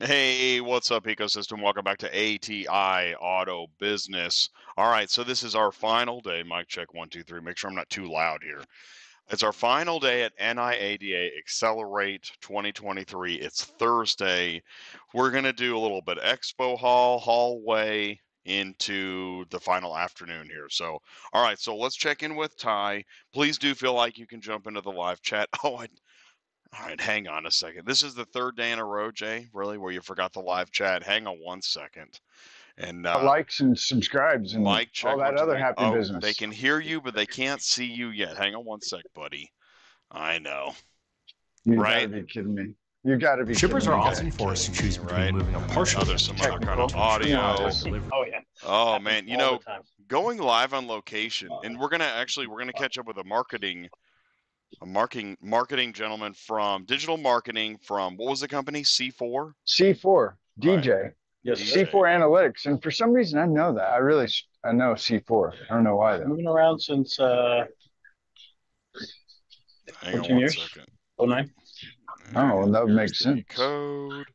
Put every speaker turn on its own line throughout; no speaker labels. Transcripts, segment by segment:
Hey, what's up, ecosystem? Welcome back to ATI Auto Business. All right, so this is our final day. Mic check one, two, three. Make sure I'm not too loud here. It's our final day at NIADA Accelerate 2023. It's Thursday. We're going to do a little bit expo hall, hallway into the final afternoon here. So, all right, so let's check in with Ty. Please do feel like you can jump into the live chat. Oh, I all right, hang on a second. This is the third day in a row, Jay, really, where you forgot the live chat. Hang on one second. And uh,
likes and subscribes and
Mike, check
all that
what's-
other happy
oh,
business.
They can hear you, but they can't see you yet. Hang on one sec, buddy. I know.
you
right?
gotta be kidding me. You gotta be.
Shippers
kidding
are
me.
awesome for us to choose between
Right.
moving a partial
Oh, there's some other kind of audio.
Oh yeah.
Oh
Happens
man, you
all
know,
the time. Uh,
going live on location, and we're gonna actually we're gonna catch up with a marketing, a marketing marketing gentleman from digital marketing from what was the company? C4.
C4 DJ
Yes.
Jeez.
sir.
C4 Analytics, and for some reason I know that. I really s- I know C4. I don't know why though.
Moving around since uh,
Hang on
14
one
years?
second.
09.
Oh, well, that
Here's
makes
the
sense.
Code.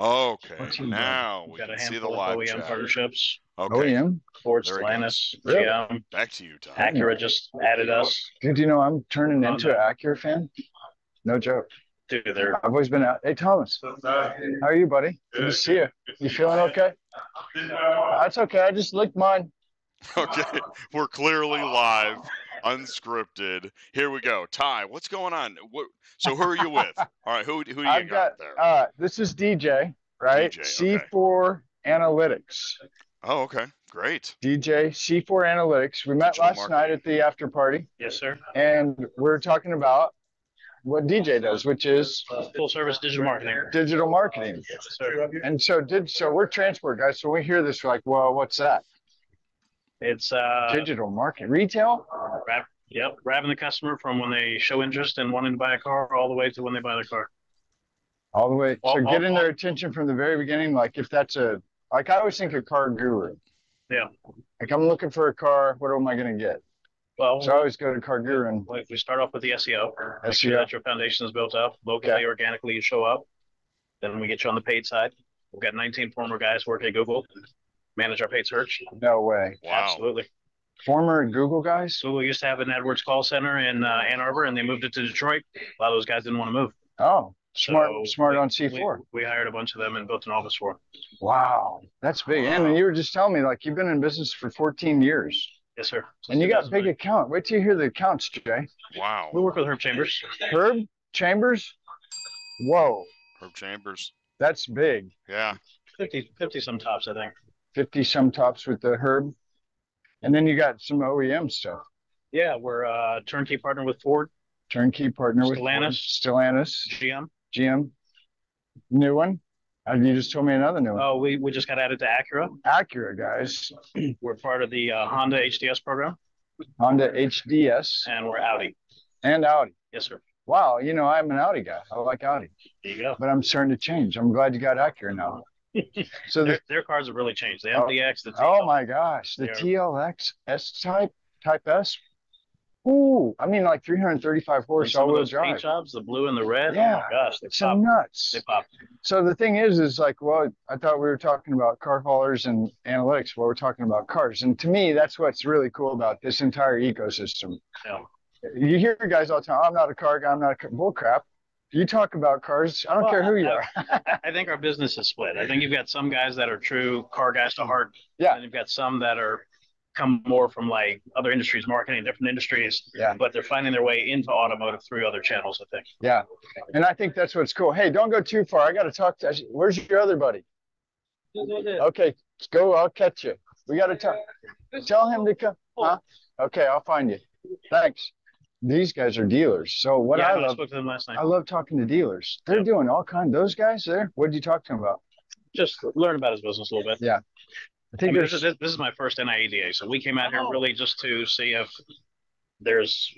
Okay,
What's in there?
now we
uh, Got a
can see the
handful
live
of OEM
chat.
partnerships. Oh,
Okay,
OEM.
Ford,
There it
Stellantis,
goes. Really?
GM,
back to you, Tom.
E Acura just added us.
Dude, you know I'm turning
Oh,
into
no.
an Acura fan. No joke.
Dude, they're
I've always been out. Hey Thomas, how are you, buddy? uh, Good to see you. You feeling okay? That's okay. I just licked mine.
Okay, we're clearly live, unscripted. Here we go. Ty, what's going on? What, so who are you with? All right, who who do you
I've got.
got, there?
Uh, this is DJ, right?
DJ, okay.
C4 Analytics.
oh, okay, great.
DJ C4 Analytics. We met
Digital
last
marketing.
night at the after party,
yes, sir.
and we're talking about what DJ does, which is
Full service digital marketing.
digital marketing.
Yes, sir.
And so did so we're transport guys. So when we hear this, we're like, "Well, what's that?
It's uh,
digital marketing, retail?
grab, yep, grabbing the customer from when they show interest and wanting to buy a car all the way to when they buy the car.
All the way." So
all-
getting
all-
their attention from the very beginning, like if that's a like I always think a car guru.
Yeah.
Like I'm looking for a car. What am I gonna get?
Well,
So I always go to car guru and
we- we start off with the SEO. Make sure
SEO.
that your foundation is built up locally,
E Okay.
organically, you show up. Then we get you on the paid side. We've got 19 former guys working at Google, manage our paid search.
no way.
Wow.
Absolutely.
Former Google guys.
So we used to have an AdWords call center in uh, Ann Arbor, and they moved it to Detroit. A lot of those guys didn't want to move.
Oh, smart,
So
smart
we-
on C4.
We, we hired a bunch of them and built an office for them.
Wow, that's big.
Wow.
And you were just telling me like you've been in business for 14 years,
Yes, sir. Since
and you got a
2009.
big account. Wait till you hear the accounts, Jay.
Wow.
We work with Herb Chambers.
Herb Chambers. Whoa,
Herb Chambers.
that's big.
Yeah.
50, 50 some tops, I think.
50 some tops with the Herb, and then you got some OEM stuff.
Yeah, we're uh, turnkey partner with Ford,
Turnkey partner with Ford,
Stellantis.
Stellantis,
GM.
GM. New one. Uh, You just told me another new one.
Oh, we, we just got added to Acura.
Acura guys,
We're part of the uh, Honda HDS program,
Honda HDS
and we're Audi.
and Audi.
Yes, sir.
Wow, you know I'm an Audi guy. I like Audi,
There you go.
but I'm starting to change. I'm glad you got Acura now. So the
Their, their cars have really changed. The MDX, the
Oh
TL.
my gosh, the
Yeah.
TLX S type, type S. Ooh, I mean like 335
and
horse
some of
all-wheel
those paint
drive.
jobs, the blue and the red. Oh
Yeah.
my gosh, they
It's
pop.
nuts.
They pop.
So the thing is, is like, well, I thought we were talking about car haulers and analytics. Well, we're talking about cars, and to me, that's what's really cool about this entire ecosystem.
Yeah.
You hear guys all the time, "I'm not a car guy. I'm not a car. bull crap." You talk about cars. I don't
Well,
care who you
I-
are.
I- I think our business is split. I think you've got some guys that are true car guys to heart.
Yeah.
And you've got some that are come more from like other industries, marketing, different industries.
Yeah.
But they're finding their way into automotive through other channels, I think.
Yeah. And I think that's what's cool. Hey, don't go too far. I got to talk to. Where's your other buddy? Okay, go. I'll catch you. We got to tell tell him to come. Huh? Okay, I'll find you. Thanks. These guys are dealers. So what
yeah,
I
know,
love,
spoke to them last night.
I love talking to dealers. They're
Yep.
doing all kind. Those guys there. What did you talk to them about?
Just learn about his business a little bit.
I
I
think
mean,
there's
this, is, this is my first NIADA, so we came out here really just to see if there's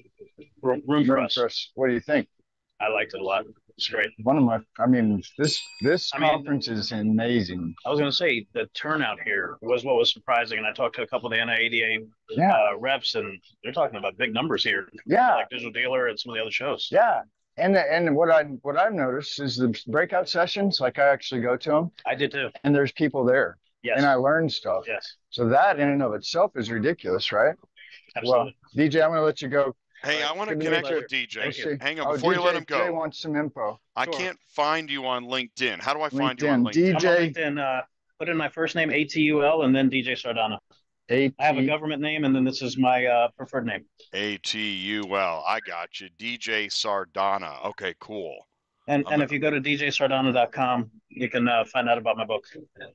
room, room for
room
us.
for us. What do you think?
I liked it a lot. It's great.
One of my. I mean, this this
I mean-
conference is amazing.
I was going to say the turnout here was what was surprising, and I talked to a couple of the NIADA
Yeah,
uh, reps, and they're talking about big numbers here,
yeah,
like Digital Dealer and some of the other shows.
yeah. and the, and what I what I've noticed is the breakout sessions. Like I actually go to them,
I did too.
and there's people there,
Yes.
and I learn stuff.
yes.
So that in and of itself is ridiculous, right?
Absolutely.
Well, DJ, I'm going to let you go.
Hey, I
Alright,
want to
give me
connect
your-
with DJ.
Thank you.
Hang on,
Oh,
before you let
DJ
him go,
wants some info.
I
Sure.
can't find you on LinkedIn. How do I find you on
LinkedIn, DJ,
LinkedIn?
I'm on LinkedIn, uh, put in my first name A T U L and then DJ Sardana.
AT,
I have a government name and then this is my uh, preferred name.
A T U L. I got you. DJ Sardana. Okay, cool.
And
I'm
and
a-
if you go to djsardana.com, you can uh, find out about my book.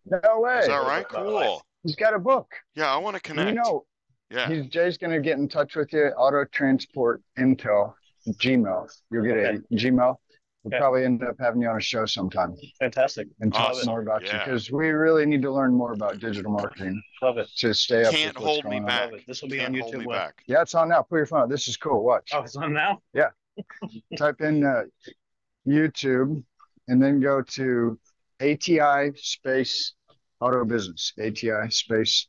no way.
Is that right?
by the way.
Cool.
He's got a book.
Yeah, I want to connect.
You know,
yeah.
he's, Jay's going to get in touch with you. Auto Transport Intel Gmail. You'll get
Okay.
a Gmail. We'll
Okay.
probably end up having you on a show sometime
Fantastic.
and talk
Awesome.
more about you
Yeah.
because we really need to learn more about digital marketing
Love it.
to stay up.
Can't
with what's
hold me
going on.
back.
Love it. This will be
Can't
on
hold
YouTube.
me
what?
back.
Yeah, it's on now. Put your phone. on. This is cool. Watch.
Oh, it's on now?
Type in uh, YouTube and then go to ATI space auto business. ATI space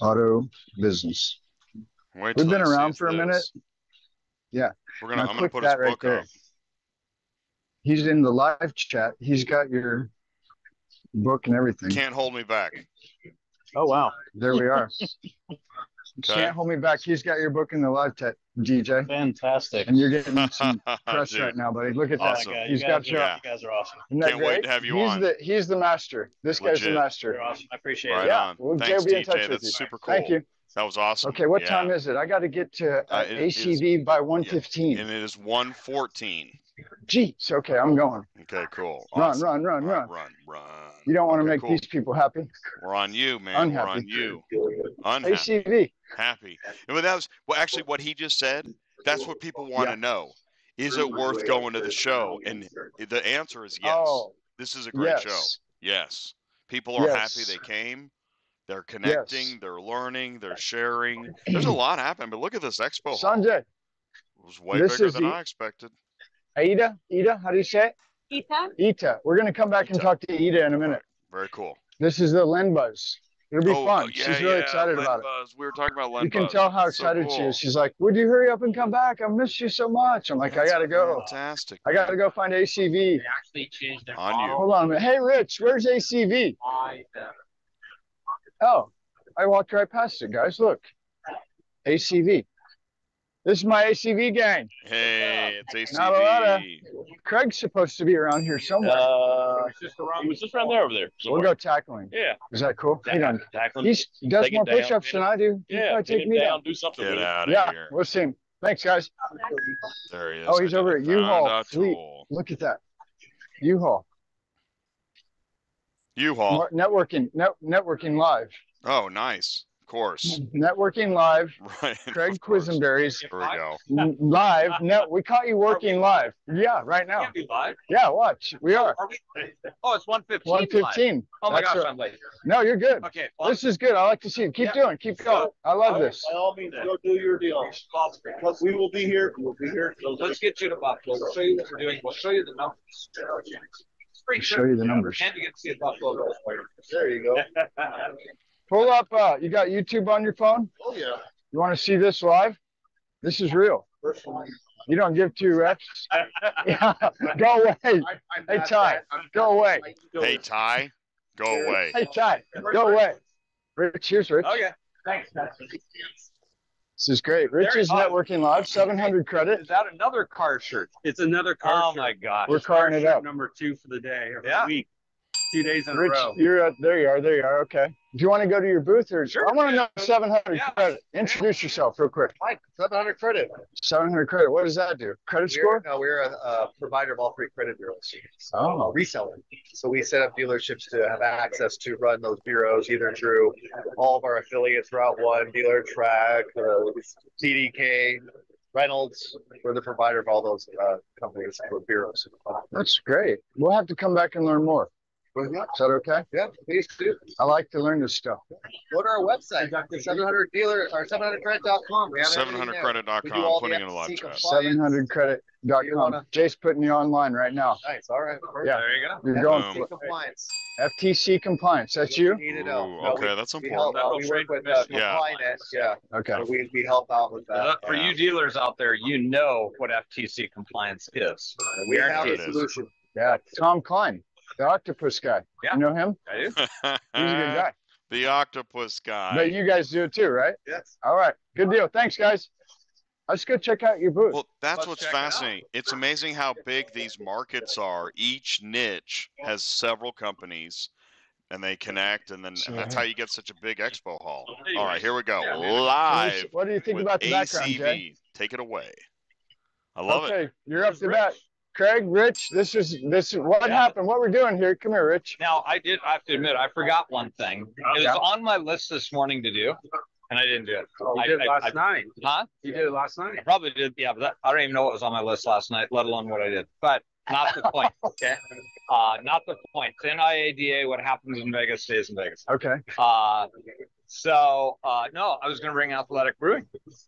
auto business. We've
Wait till
been
he
around
sees
for a minute.
this.
Yeah.
We're
Now
gonna. I'm gonna
click
put his
that right
book
there.
up.
He's in the live chat. He's got your book and everything.
Can't hold me back.
Oh, wow.
There we are.
Okay.
Can't hold me back. He's got your book in the live chat, DJ.
Fantastic.
And you're getting some press
Dude,
right now, buddy. Look at
Oh my
Awesome.
God, you
He's
guys
got
are-
your-
Yeah.
You guys are awesome.
that. Isn't that
Can't wait
great?
to have you
he's
on.
The, he's the master. This guy's the
Legit.
master.
You're awesome. I appreciate
Right
it.
yeah.
on.
Well, Jay
Thanks,
will be in
DJ.
touch with
That's
you.
super cool.
Thank you.
That was awesome.
Okay, what
Yeah.
time is it? I got to get to uh,
Uh, it- it is-
ACV by 115.
And it is 114.
Jeez. Okay, I'm going.
Okay, cool.
Run,
Awesome.
run, run,
All right,
run.
run, run.
You don't want to
Okay,
make
cool.
these people happy.
We're on you, man. We're
Unhappy.
on you. Unhappy.
ACV.
Happy. And but that was well, actually what he just said. That's what people want to know. Is it worth going to the show? And the answer is yes.
Oh,
this is a great
yes.
show. Yes. People are happy
Yes.
they came. They're connecting,
Yes.
they're learning, they're sharing. There's a lot happening, but look at this expo. hall.
Sanjay,
it was way
this
bigger
is
than
the-
I expected.
Aida, Ida, how do you say it?
Ita?
Ita. We're going to come back and
Ita.
talk to Ida in a minute.
Very cool.
This is the Len Buzz. It'll be
Oh,
fun.
oh, yeah,
She's really
yeah,
excited
Len
about it.
Buzz. We were talking about Len
you can
Buzz.
tell how
That's so
excited she
cool.
is. She's like, "Would you hurry up and come back? I miss you so much." I'm like, "I
That's
gotta go.
Fantastic.
I gotta go find ACV."
actually changed their
On you.
Hold on a minute. Hey, Rich, where's ACV?
by the
Oh, I walked right past it, guys. Look, ACV. This is my ACV gang.
Hey, it's
Not a lot of-
ACV.
Craig's supposed to be around here somewhere.
Uh,
It's just around, it was just around there over there.
we'll go tackling.
Yeah.
Is that cool? He done.
Tackle
He does
Take it
more
down.
push-ups than I do. He
Yeah.
might
Take
take me down.
down. Do something.
Get
with it.
out of
Yeah,
here.
we'll see him. Thanks, guys.
There he is.
Oh, he's
I
over
just
at
found
U-Haul.
a
Sweet.
tool.
Look at that. U-Haul.
U-Haul.
Mar- Networking. Net- networking live.
Oh, nice. Of course.
Networking live.
Right.
Craig
of course.
Quisenberry's
Here we go.
n- live. No, we caught you working live. Yeah, right now.
Can't be live.
Yeah, watch. We are
Are we? Oh, it's 115.
one
live.
fifteen.
Oh my
That's
gosh,
right.
I'm late.
No, you're good.
Okay. fine.
This is good. I like to see it. Keep doing. Keep going. I love this.
By all means, go do your deal. But we will be here. We'll be here. Let's get you to Buffalo. We'll show you what we're doing. We'll show you the numbers.
I'll show you the numbers.
And you get to see a Buffalo Bills player. There you go.
Pull up. Uh, you got YouTube on your phone?
oh yeah.
You want to see this live? This is real.
First one.
You don't give two refs. Yeah. Go away.
I- I'm
Hey,
not
Ty,
that- I'm
go
not
away.
that-
Hey, Ty, go away.
Hey, Ty. Go away. Rich, here's Rich.
Okay. Thanks. Matt.
This is great. Rich is networking live. Seven hundred credit.
Is that another car shirt?
It's another car
Oh
shirt.
my gosh.
We're carving it up.
Number two for the day or for
Yeah.
the week. Two days in
Rich,
a row.
you're uh, there. You are. There you are. Okay. Do you want to go to your booth or?
Sure.
I want to know seven hundred
Yeah.
credit. Introduce yourself real quick.
Mike, 700 credit.
Seven hundred credit. What does that do? Credit
We're,
score?
no, we're a, a provider of all three credit bureaus.
Oh.
Reseller. So we set up dealerships to have access to run those bureaus either through all of our affiliates, Route One, Dealer Track, uh, CDK, Reynolds. We're the provider of all those uh, companies for bureaus.
That's great. We'll have to come back and learn more.
Well, yeah,
Is that okay?
yeah, please do.
I like to learn this stuff.
Go to our website, 700 dealer or 700credit.com. We have everything there. We do
700credit.com,
all the
putting in a live
FCC
chat.
compliance. You
700credit.com.
wanna-
Jay's putting you online right now.
Nice. All right. perfect.
Yeah.
There you go.
You're
Yeah.
going
Um,
FCC compliance.
FTC compliance. That's you?
We need to
Ooh,
know. No, we-
okay, that's
We help
important.
out. We work with uh,
Yeah.
compliance. Yeah.
Okay.
So We, we help out with that.
Look, Uh, for you dealers out there, you know what FTC compliance is.
We have
Guaranteed.
a solution.
Yeah. Tom Klein, the octopus guy.
Yeah.
You know him?
I do.
He's a good guy.
The octopus
But
guy.
you guys do it too, right?
Yes.
All right. Good deal. Thanks, guys. Let's go check out your booth.
Well, that's
Let's
what's
check it out.
fascinating. It's amazing how big these markets are. Each niche has several companies and they connect and then
Sure.
that's how you get such a big expo hall. All right,
Anyways.
here we go.
Yeah, man.
What do you-
Live
what do you think
with
about the background, Jay?
ACV. Take it away. I love it.
okay, you're up
This is
to bat. Craig, Rich, this is this is what
Yeah.
happened. What we're doing here? Come here, Rich.
Now, I did, I have to admit, I forgot one thing. It
Yeah.
was on my list this morning to do, and I didn't do it.
Oh, You
I-
did it
I- I-
last night.
Huh?
You did it last night.
I probably did, yeah, but that, I don't even know what was on my list last night, let alone what I did. But not the point. okay. Uh, not the point. The NIADA, what happens in Vegas stays in Vegas.
Okay.
Uh, so uh, no, I was going to bring Athletic Brewing.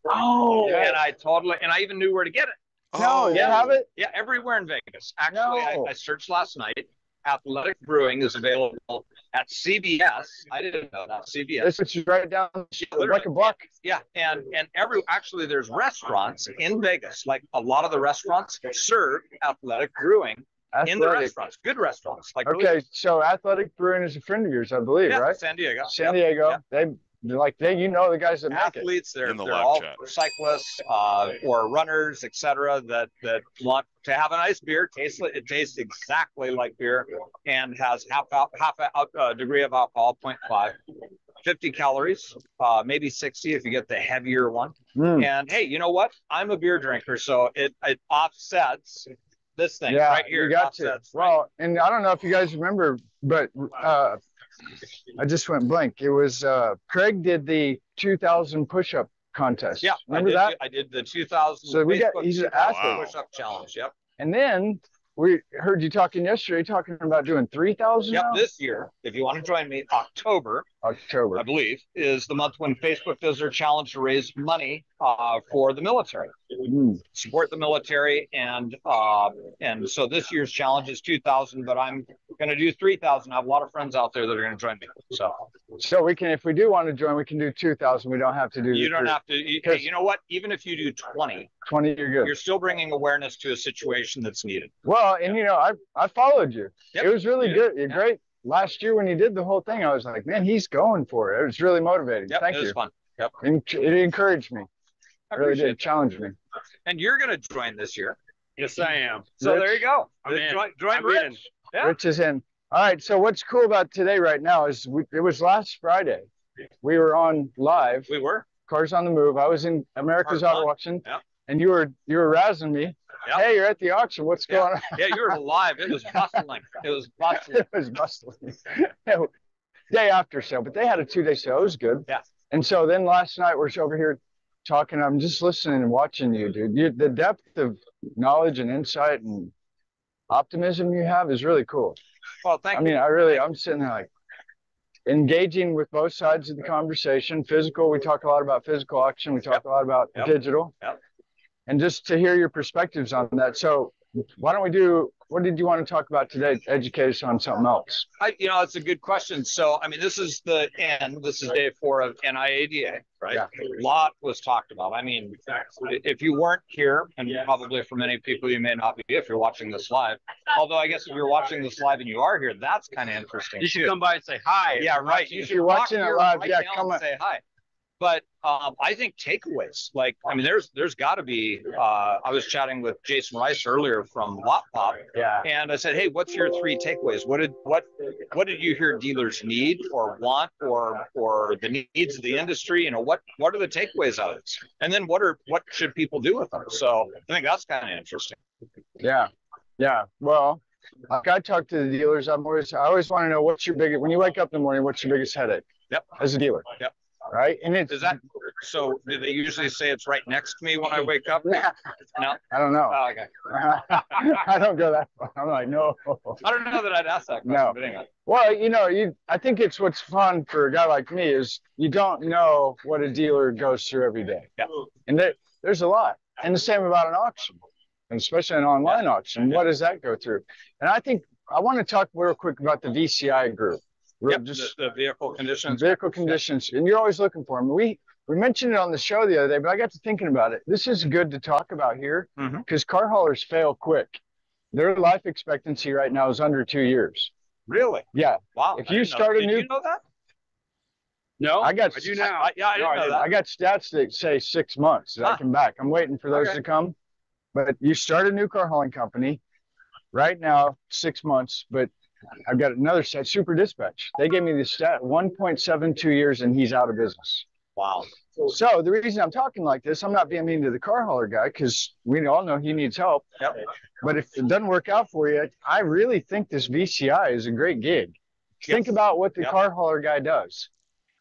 Oh.
and I totally, and I even knew where to get it.
no, you
yeah.
have it?
Yeah, everywhere in Vegas. Actually,
No.
I, I searched last night. Athletic Brewing is available at CBS. I didn't know that CBS.
This is right down the street, like a buck.
Yeah, and and every actually there's restaurants in Vegas. Like a lot of the restaurants serve Athletic Brewing in the
Athletic.
restaurants, good restaurants. Like really-
Okay, so Athletic Brewing is a friend of yours, I believe,
yeah,
right?
San Diego.
San
Yep.
Diego.
Yep.
They they're like they you know the guys that make it.
athletes they're,
In the
they're
live
all
chat.
cyclists uh, or runners etc that that want to have a nice beer tastes li- it tastes exactly like beer and has half al- half a al- uh, degree of alcohol 0.5 50 calories uh, maybe 60 if you get the heavier one
Mm,
and hey you know what i'm a beer drinker so it it offsets this thing
yeah,
right here
you
it
got to.
offsets, right?
Well, and I don't know if you guys remember, but uh, I just went blank. It was uh, Craig did the 2,000 push-up contest.
yeah I
remember
did,
that?
do- i did the 2000
So we got-
Facebook
he's an
2000
athlete.
push-up challenge yep
And then we heard you talking yesterday, talking about doing 3,000
yep
now?
this year if you want to join me october I
October.
believe, is the month when Facebook does their challenge to raise money uh, for the military,
Mm.
support the military, and uh, and so this year's challenge is two thousand, but I'm going to do three thousand. I have a lot of friends out there that are going to join me, so
So we can, if we do want to join, we can do 2,000. We don't have to do
you
the
don't
three-
have to. You, hey, you know what? Even if you do twenty,
20. You're
you're
good.
still bringing awareness to a situation that's needed.
Well, and you know, I, I followed you.
Yep.
It was really
Yeah.
good. You're
Yeah.
great. Last year when you did the whole thing, I was like, man, he's going for it. It was really motivating.
Yep,
Thank
it was
you.
fun.
And It encouraged me.
I
It really
appreciate
did. Challenge me.
it. And you're going to join this year,
Yes, I am.
so
Rich?
there you go.
I'm in.
Join, join
I'm
Rich.
in.
Yeah.
Rich is in. All right. So what's cool about today right now is we, it was last Friday. We were on live.
We were.
Cars on the Move. I was in America's
Cars on.
Auto Auction,
Yeah.
and you were you were razzing me.
Yeah.
Hey, you're at the auction. What's
Yeah.
going on?
Yeah, you were live. It was bustling. It was bustling.
it was bustling. Day after sale, but they had a two day sale. It was good.
Yeah.
And so then last night we're over here talking. I'm just listening and watching you, dude. You, the depth of knowledge and insight and optimism you have is really cool.
Well, thank
I
you.
mean, I really, I'm sitting there like engaging with both sides of the conversation. Physical, we talk a lot about physical auction. We talk a lot about
Yep.
digital.
Yep.
And just to hear your perspectives on that. So, why don't we do? What did you want to talk about today? to Educate us on something else.
I, you know, it's a good question. So, I mean, this is the end. This is day four of NIADA, right?
Yeah.
A lot was talked about. I mean, if you weren't here, and probably for many people you may not be if you're watching this live. Although I guess if you're watching this live and you are here, that's kind of interesting.
You should
too.
come by and say hi.
Yeah, right.
If you're
walk
watching it
here
live,
right
yeah,
now
come
and
on.
Say hi. But um, I think takeaways, like I mean, there's there's got to be. Uh, I was chatting with Jason Rice earlier from Lot Pop,
Yeah.
and I said, "Hey, what's your three takeaways? What did what what did you hear dealers need or want or or the needs of the industry? You know, what what are the takeaways out of this? And then what are what should people do with them? So I think that's kind of interesting.
Yeah. Yeah. Well, like I talk to the dealers. I'm always, I always want to know what's your biggest when you wake up in the morning. What's your biggest headache
Yep.
as a dealer?
Yep.
right? And it's
Is that so? Do they usually say it's right next to me when I wake up?
I don't know.
Oh, okay.
I don't go that far. I'm like, no.
I don't know that I'd ask that question.
No.
But anyway.
Well, you know, you I think it's what's fun for a guy like me is you don't know what a dealer goes through every day.
Yeah.
And there, there's a lot. And the same about an auction, and especially an online auction. What does that go through? And I think I want to talk real quick about the VCI group. Real-
Yep, the, the vehicle
and
conditions.
vehicle conditions, and you're always looking for them. We we mentioned it on the show the other day, but I got to thinking about it. This is good to talk about here
Mhm.
because car haulers fail quick. Their life expectancy right now is under two years.
Really?
Yeah,
Wow.
If
I
you
didn't know-
start a
did
new-
you know that?
No,
I got
I do now.
I, yeah, I
No,
didn't
I
know
didn't.
that.
I got stats that say six months that I
Huh.
can back. I'm waiting for those
Okay.
to come. But you start a new car hauling company right now, six months. But I've got another stat, Super Dispatch. They gave me the stat 1.72 years, and he's out of business.
Wow.
So the reason I'm talking like this, I'm not being mean to the car hauler guy because we all know he needs help.
Yep.
But if it doesn't work out for you, I really think this VCI is a great gig.
Yes.
Think about what the
Yep.
car hauler guy does.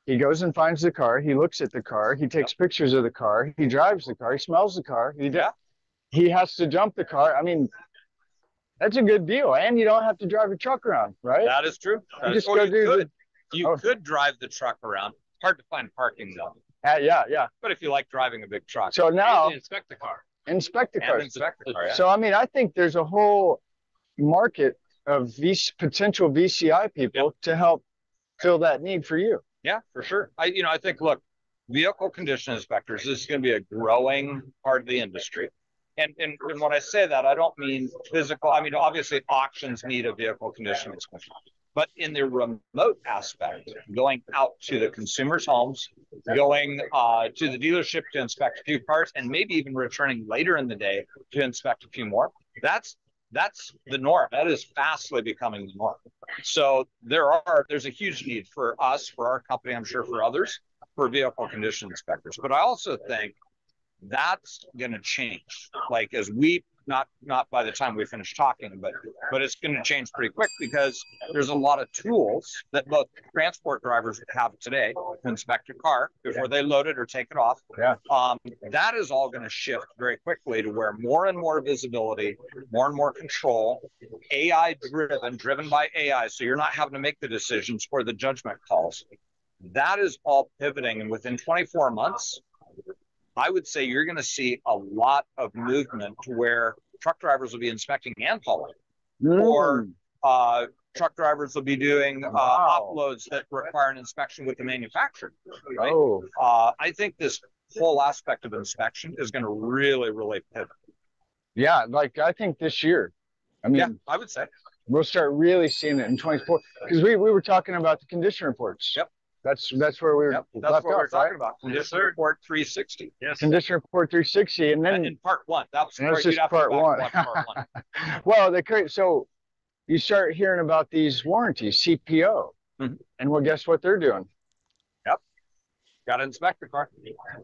He goes and finds the car. He looks at the car. He takes pictures of the car. He drives the car. He smells the car. He
Yeah.
he has to jump the car. I mean, that's a good deal, and you don't have to drive a truck around, right?
That is true. That
You
is-
just
or
go
you
do the-
could, you
Oh.
could drive the truck around. Hard to find parking though.
Uh, yeah, yeah.
But if you like driving a big truck,
So now
Usually inspect the car.
inspect the
and
car.
inspect the car, yeah.
So I mean, I think there's a whole market of VC, potential VCI people to help fill that need for you.
Yeah, for sure. I, you know, I think, look, vehicle condition inspectors, this is going to be a growing part of the industry. And, and, and when I say that, I don't mean physical. I mean, obviously, auctions need a vehicle condition inspection. But in the remote aspect, going out to the consumer's homes, going uh, to the dealership to inspect a few cars, and maybe even returning later in the day to inspect a few more, that's that's the norm. That is fastly becoming the norm. So there are there's a huge need for us, for our company, I'm sure for others, for vehicle condition inspectors. But I also think that's going to change. Like as we not not by the time we finish talking, but but it's going to change pretty quick because there's a lot of tools that both transport drivers have today to inspect your car before they load it or take it off.
Yeah.
Um, that is all going to shift very quickly to where more and more visibility, more and more control, AI driven, driven by AI. So you're not having to make the decisions or the judgment calls. That is all pivoting. And within 24 months, I would say you're going to see a lot of movement to where truck drivers will be inspecting and hauling. Or- Uh, truck drivers will be doing uh,
Mm. Wow.
offloads that require an inspection with the manufacturer. Right?
oh,
Uh, I think this whole aspect of inspection is going to really, really pivot.
yeah. Like I think this year, I mean,
Yeah, I would say.
we'll start really seeing it in 24 because we, we were talking about the condition reports.
Yep.
That's that's where we were
Yep, that's
left
what we're
off, right?
talking about.
Yes,
Condition
sir.
report 360.
Yes.
Condition report 360, and
And
then
in part one, that was
And that's
where you'd
just
have to
part
go
one.
back and watch part one.
well, the cra so you start hearing about these warranties, CPO,
Mhm.
and well, guess what they're doing?
Got to inspect the car.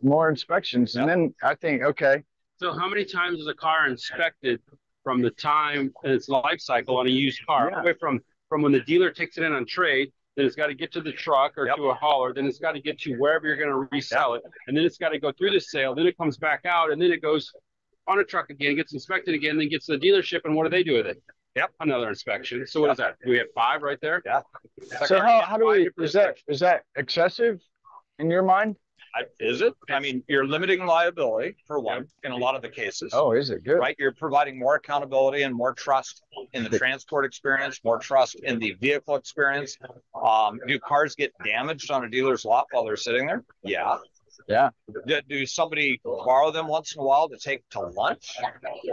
More inspections, and
Yep.
then I think okay,
So how many times is a car inspected from the time and its life cycle on a used car?
Yeah.
Away from from when the dealer takes it in on trade, then it's got to get to the truck or
Yep.
to a hauler, then it's got to get to wherever you're going to resell it, and then it's got to go through the sale, then it comes back out, and then it goes on a truck again, gets inspected again, then gets to the dealership, and what do they do with it?
Yep.
Another inspection. So what is that? Do we have five right there?
So how, how do we,
Five
is that, is that excessive in your mind?
I- Is it? I mean, you're limiting liability for one in a lot of the cases.
Oh, is it good?
Right, you're providing more accountability and more trust in the transport experience, more trust in the vehicle experience. Um, do cars get damaged on a dealer's lot while they're sitting there? Yeah.
Yeah.
Do, do somebody borrow them once in a while to take to lunch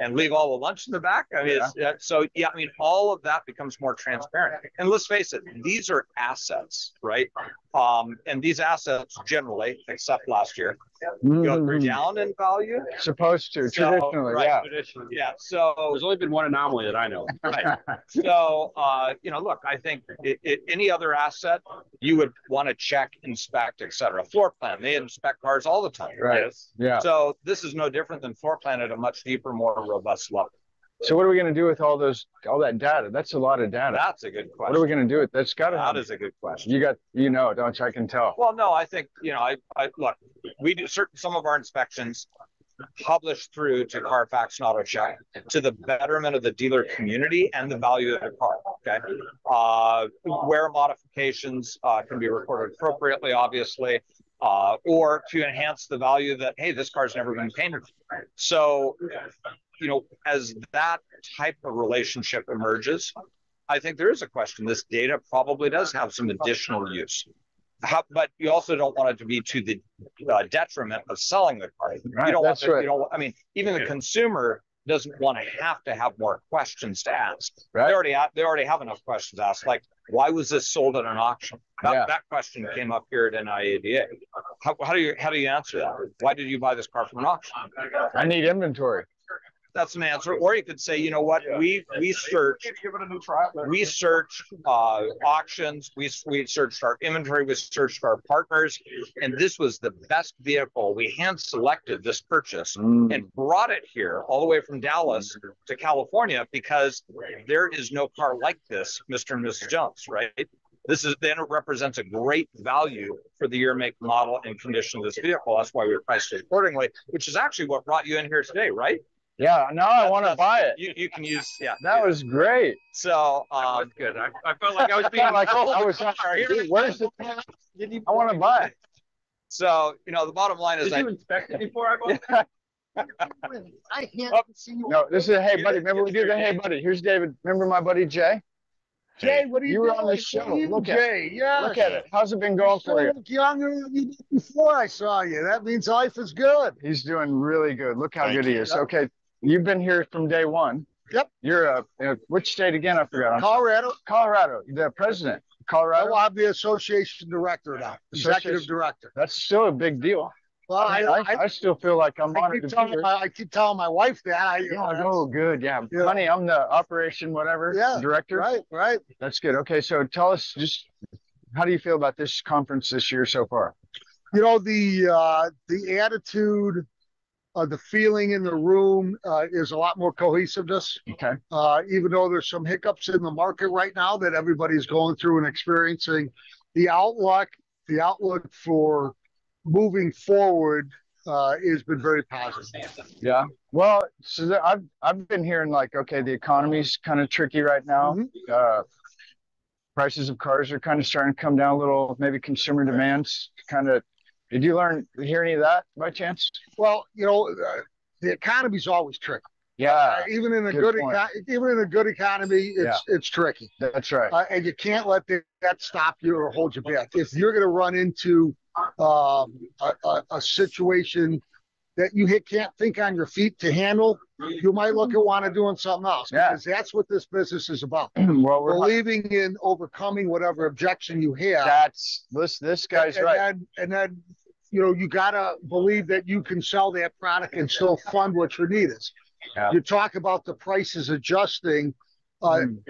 and leave all the lunch in the back? I mean, it's- that- so yeah, I mean, all of that becomes more transparent. And let's face it, these are assets, right? Um, and these assets generally, except last year, go
Mhm.
down in value.
Supposed to
So,
traditionally,
right.
yeah.
There's
Yeah. So
only been one anomaly that I know. of.
Right. So, uh, you know, look, I think i i any other asset you would want to check, inspect, et cetera. Floor plan, they inspect cars all the time.
Right. Yeah.
So this is no different than floor plan at a much deeper, more robust level.
So what are we going to do with all those, all that data? That's a lot of data.
That's a good question.
what are we going to do with that's got to
that is a good question.
you got you know don't you? I can tell.
Well, no, I think you know. I, I look. We do certain some of our inspections published through to Carfax and Auto Check to the betterment of the dealer community and the value of the car. Okay, uh, where modifications uh, can be recorded appropriately, obviously. Uh, or to enhance the value that hey this car's never been painted so you know as that type of relationship emerges i think there is a question this data probably does have some additional use how, but you also don't want it to be to the uh, detriment of selling the car.
Right,
you don't
that's
want to,
right.
you don't, I mean, even the consumer doesn't want to have to have more questions to ask.
Right.
They already have, they already have enough questions asked. Like, why was this sold at an auction? That,
Yeah.
that question came up here at NIADA. How, how do you how do you answer that? Why did you buy this car from an auction?
I need inventory.
That's an answer. Or you could say, you know what, we we searched we searched uh, auctions, we, we searched our inventory, we searched our partners, and this was the best vehicle. We hand selected this purchase and brought it here all the way from Dallas to California because there is no car like this, Mr. and Mrs. Jones, right? This is then it represents a great value for the year, make, model, and condition of this vehicle. That's why we priced it accordingly, which is actually what brought you in here today, right?
Yeah, now I
That's-
want to
that's-
buy it.
You, you can use yeah.
That was great.
so um,
was good. I, I felt like I was being
I like oh,
like,
I was. Dude, where's the? I want to buy it.
So, you know, the bottom line is
did
I,
you inspect it before I bought it?
I can't see you.
Oh, No, this is hey buddy. Remember we did the hey buddy. Here's David. Remember my buddy Jay.
Jay, what are you,
You were
doing?
on this show.
You,
Look at
Jay, yeah.
Look at it. How's it been going
So
for you?
look younger than you did before I saw you. That means life is good.
He's doing really good. Look how
Thank
good he is. Okay, you've been here from day one.
Yep.
You're a uh, which state again? I forgot.
Colorado.
Colorado. The president. Colorado.
Oh, I'm the association director now, executive
Association.
director.
That's still a big deal.
Well,
I,
I, I,
I still feel like I'm
I
honored
keep
to be
telling
here.
my, I keep telling my wife that. I,
Yeah, oh, good. Yeah.
Yeah.
Honey, I'm the operation whatever
Yeah,
director.
Right, right.
That's good. Okay, so tell us just how do you feel about this conference this year so far?
you know the uh, the attitude uh, the feeling in the room uh, is a lot more cohesiveness
Okay.
uh, even though there's some hiccups in the market right now that everybody's going through and experiencing the outlook the outlook for moving forward uh, has been very positive
Yeah. Well, so the, I've I've been hearing like, okay, the economy's kind of tricky right now.
Mhm.
Uh, prices of cars are kind of starting to come down a little. Maybe consumer demand's kind of. Did you learn hear any of that by chance?
well you know uh, the economy's always tricky uh,
Yeah,
even in a
good
good,
point.
eco- even in a good economy it's it's tricky
that's right.
uh, and you can't let that, that stop you or hold you back. If you're going to run into um, a, a, a situation that you hit, can't think on your feet to handle, you might look at wanting doing something else
Yeah.
because that's what this business is about.
well, we're
Believing in overcoming whatever objection you have.
that's this this guy's
and,
right.
Then, and then, you know, you got to believe that you can sell that product and still fund what your need is.
Yeah.
You talk about the prices adjusting. Uh,
Mm.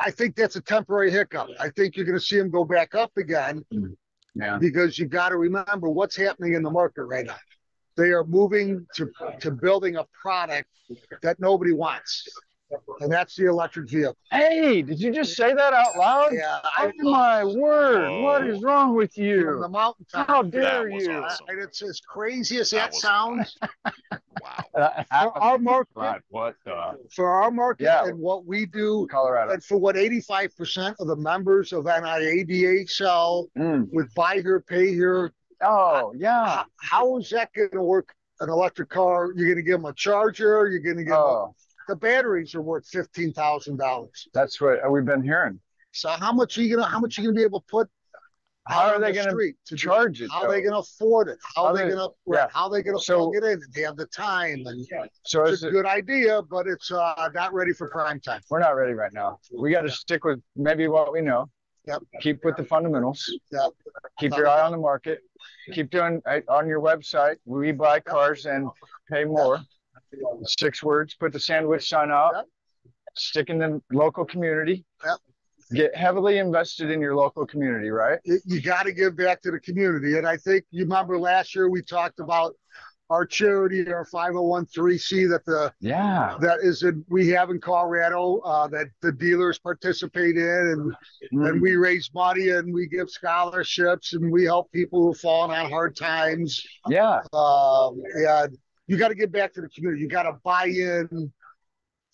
I think that's a temporary hiccup. I think you're going to see them go back up again
Yeah.
because you got to remember what's happening in the market right now. They are moving to, to building a product that nobody wants, and that's the electric vehicle.
Hey, did you just say that out loud?
Yeah, I, Oh.
Oh my word!
Whoa.
What is wrong with
from the
you?
mountaintop.
How dare
That was
you?
awesome.
And it's as crazy as
That
that
was-
sounds
Wow.
Uh,
for our market,
God, what the
for our market
Yeah.
and what we do,
Colorado?
and for what 85% of the members of NIADA sell
Mm.
with buy here, pay here,
Oh yeah.
how, how is that going to work? An electric car, you're going to give them a charger, you're going to give
Oh,
them, the batteries are worth $15,000.
that's what uh, we've been hearing.
So how much are you going to, how much are you going to be able to put?
How
out
are
on
they
the
gonna
street to do-
Charge it.
How are they
though.
going to afford it? How
How
are they
they-
going to?
yeah.
How are they going to
So-
plug it in? They have the time, and
So
it's
is
a
it,
good idea, but it's uh, not ready for prime time.
we're not ready right now. We got to stick with maybe what we know.
Yep.
Keep with the fundamentals.
Yep.
Keep your eye on the market. Keep doing uh, on your website. We buy cars and pay more. Six words. Put the sandwich sign out.
Yep.
Stick in the local community.
Yep.
Get heavily invested in your local community, right?
you, you got to give back to the community. And I think you remember last year we talked about our charity, our 501c that the
Yeah.
that is in, we have in Colorado uh, that the dealers participate in,
Mm.
and, and we raise money and we give scholarships and we help people who've fallen on hard times.
Yeah.
Um, and you got to get back to the community. You got to buy in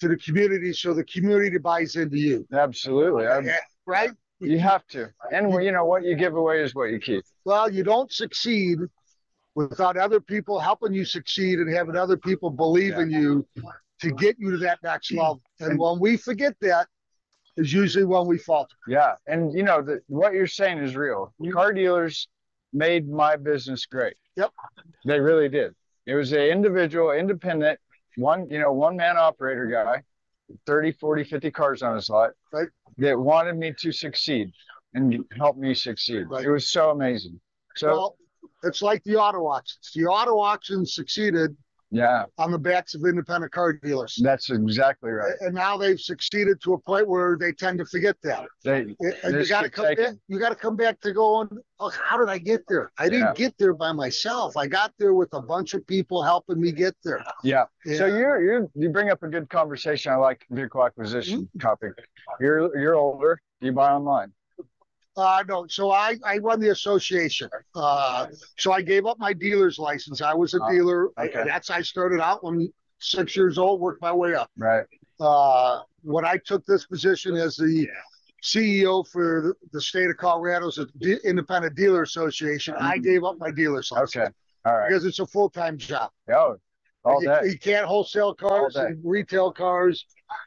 to the community so the community buys into you.
Absolutely. I'm-
Yeah, right?
you have to. And well, you know what you give away is what you keep.
Well, you don't succeed without other people helping you succeed and having other people believe in you to get you to that next level. And when we forget that, is usually when we falter.
Yeah. And you know that what you're saying is real. Car dealers made my business great.
Yep.
They really did. It was an individual, independent, one, you know, one man operator guy, 30, 40, 50 cars on his lot.
Right.
That wanted me to succeed and help me succeed.
Right.
It was so amazing. So
well, it's like the auto auctions. The auto auctions succeeded
yeah,
on the backs of independent car dealers.
that's exactly right.
And now they've succeeded to a point where they tend to forget that.
They
And you
Just
got to
get
come
taken.
back. You got to come back to going. Oh, how did I get there? I
Yeah.
didn't get there by myself. I got there with a bunch of people helping me get there.
yeah.
Yeah.
So you're you you bring up a good conversation. I like vehicle acquisition
Mm-hmm.
topic. You're you're older. You buy online.
Uh, no, so I, I run the association. Uh, so I gave up my dealer's license. I was a
Ah,
dealer.
okay.
That's I started out when six years old, worked my way up.
Right.
Uh, when I took this position as the CEO for the, the state of Colorado's De- Independent Dealer Association, I gave up my dealer's license
Mm-hmm. Okay. All right.
because it's a full time job.
Oh, all
you,
that.
you can't wholesale cars
All day.
and retail cars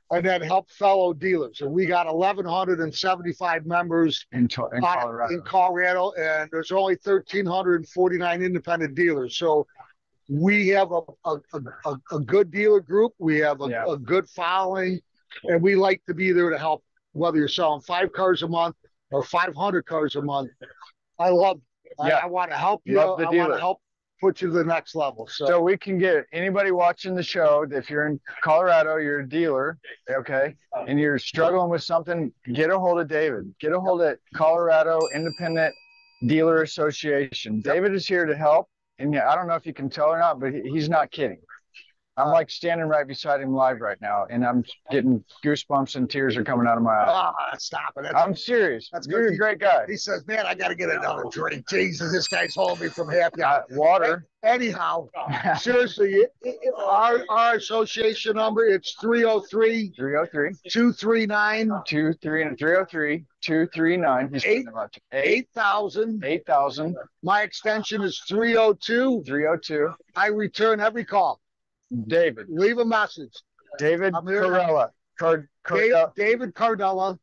and then help fellow dealers. And we got 1,175 members
in, to- in
on-
Colorado.
in Colorado, and there's only 1,349 independent dealers. So we have a, a, a- a, a good dealer group. We have a,
Yeah.
a good following, and we like to be there to help, whether you're selling five cars a month or 500 cars a month. I love,
Yeah.
I, I want to help you.
Love the
I want
dealer.
to help put you to the next level. So,
so we can get anybody watching the show. If you're in Colorado, you're a dealer, okay, and you're struggling with something, get a hold of David. Get a hold of Colorado Independent Dealer Association. David is here to help, and yeah, I don't know if you can tell or not, but he, he's not kidding.
Uh,
I'm like standing right beside him live right now, and I'm getting goosebumps and tears are coming out of my eyes.
ah, stop it. That's-
I'm serious.
That's
You're a
good.
great guy.
he says, man, I got to get another drink. Jesus, this guy's holding me from happy.
Uh, water.
Anyhow, seriously, it, it, it- our, our association number, it's 303
303.
239
two three and three oh three two three nine. He's putting
Eight.
them up to eight
8000.
eight thousand
My extension is 302.
three oh two.
I return every call.
David
Leave a message.
David
I'm here.
Corella Card uh,
Dave,
Cardella
David Cardella.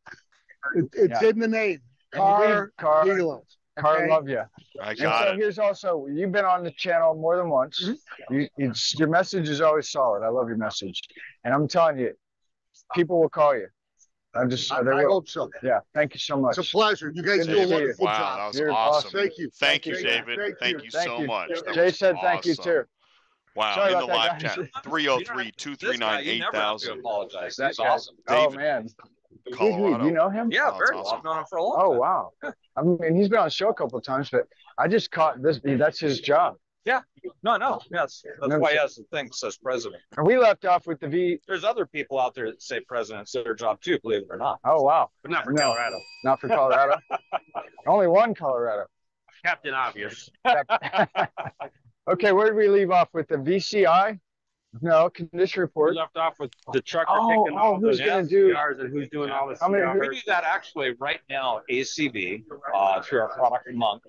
It, it's in the name.
Car Car
Car dealer.
Car
okay?
love you.
I
And so
got it.
here's also you've been on the channel more than once.
Mhm.
You, it's your message is always solid. I love your message, and I'm telling you, people will call you. I'm just
I,
they
I
will.
hope so.
Yeah, thank you so much.
It's a pleasure. You
Good
guys
to
do a
see you.
wonderful
Wow, that
job.
was
You're
awesome.
awesome.
Thank you.
Thank you,
Thank you.
David.
Thank
Thank
you.
you
Thank
so
you.
much. That
Jay
was
said thank you
awesome.
too.
Wow,
Sorry
in the
about that,
live
guys.
chat, 303
This guy, you
239
never have to
8000.
apologize. That's
That guy.
awesome.
Oh
David,
man, Did he-
Colorado.
you know him?
Yeah,
Oh,
very
that's
well.
awesome.
I've known him for a long
Oh
time.
wow! I mean, he's been on the show a couple of times, but I just caught this—that's his job.
No, no, yes. That's
No,
why he
sir.
has the thing that says president.
And we left off with the V.
There's other people out there that say president's their job too, believe it or not.
Oh wow!
but not for
No.
Colorado.
Not for Colorado. Only one Colorado.
Captain Obvious.
okay, where did we leave off with the VCI? No condition
We
report.
left off with the trucker
Oh,
picking
oh,
all
who's
the
gonna do?
cigars and who's doing all the
How many-
cigars.
We do that actually right now, ACV, uh, through our product month.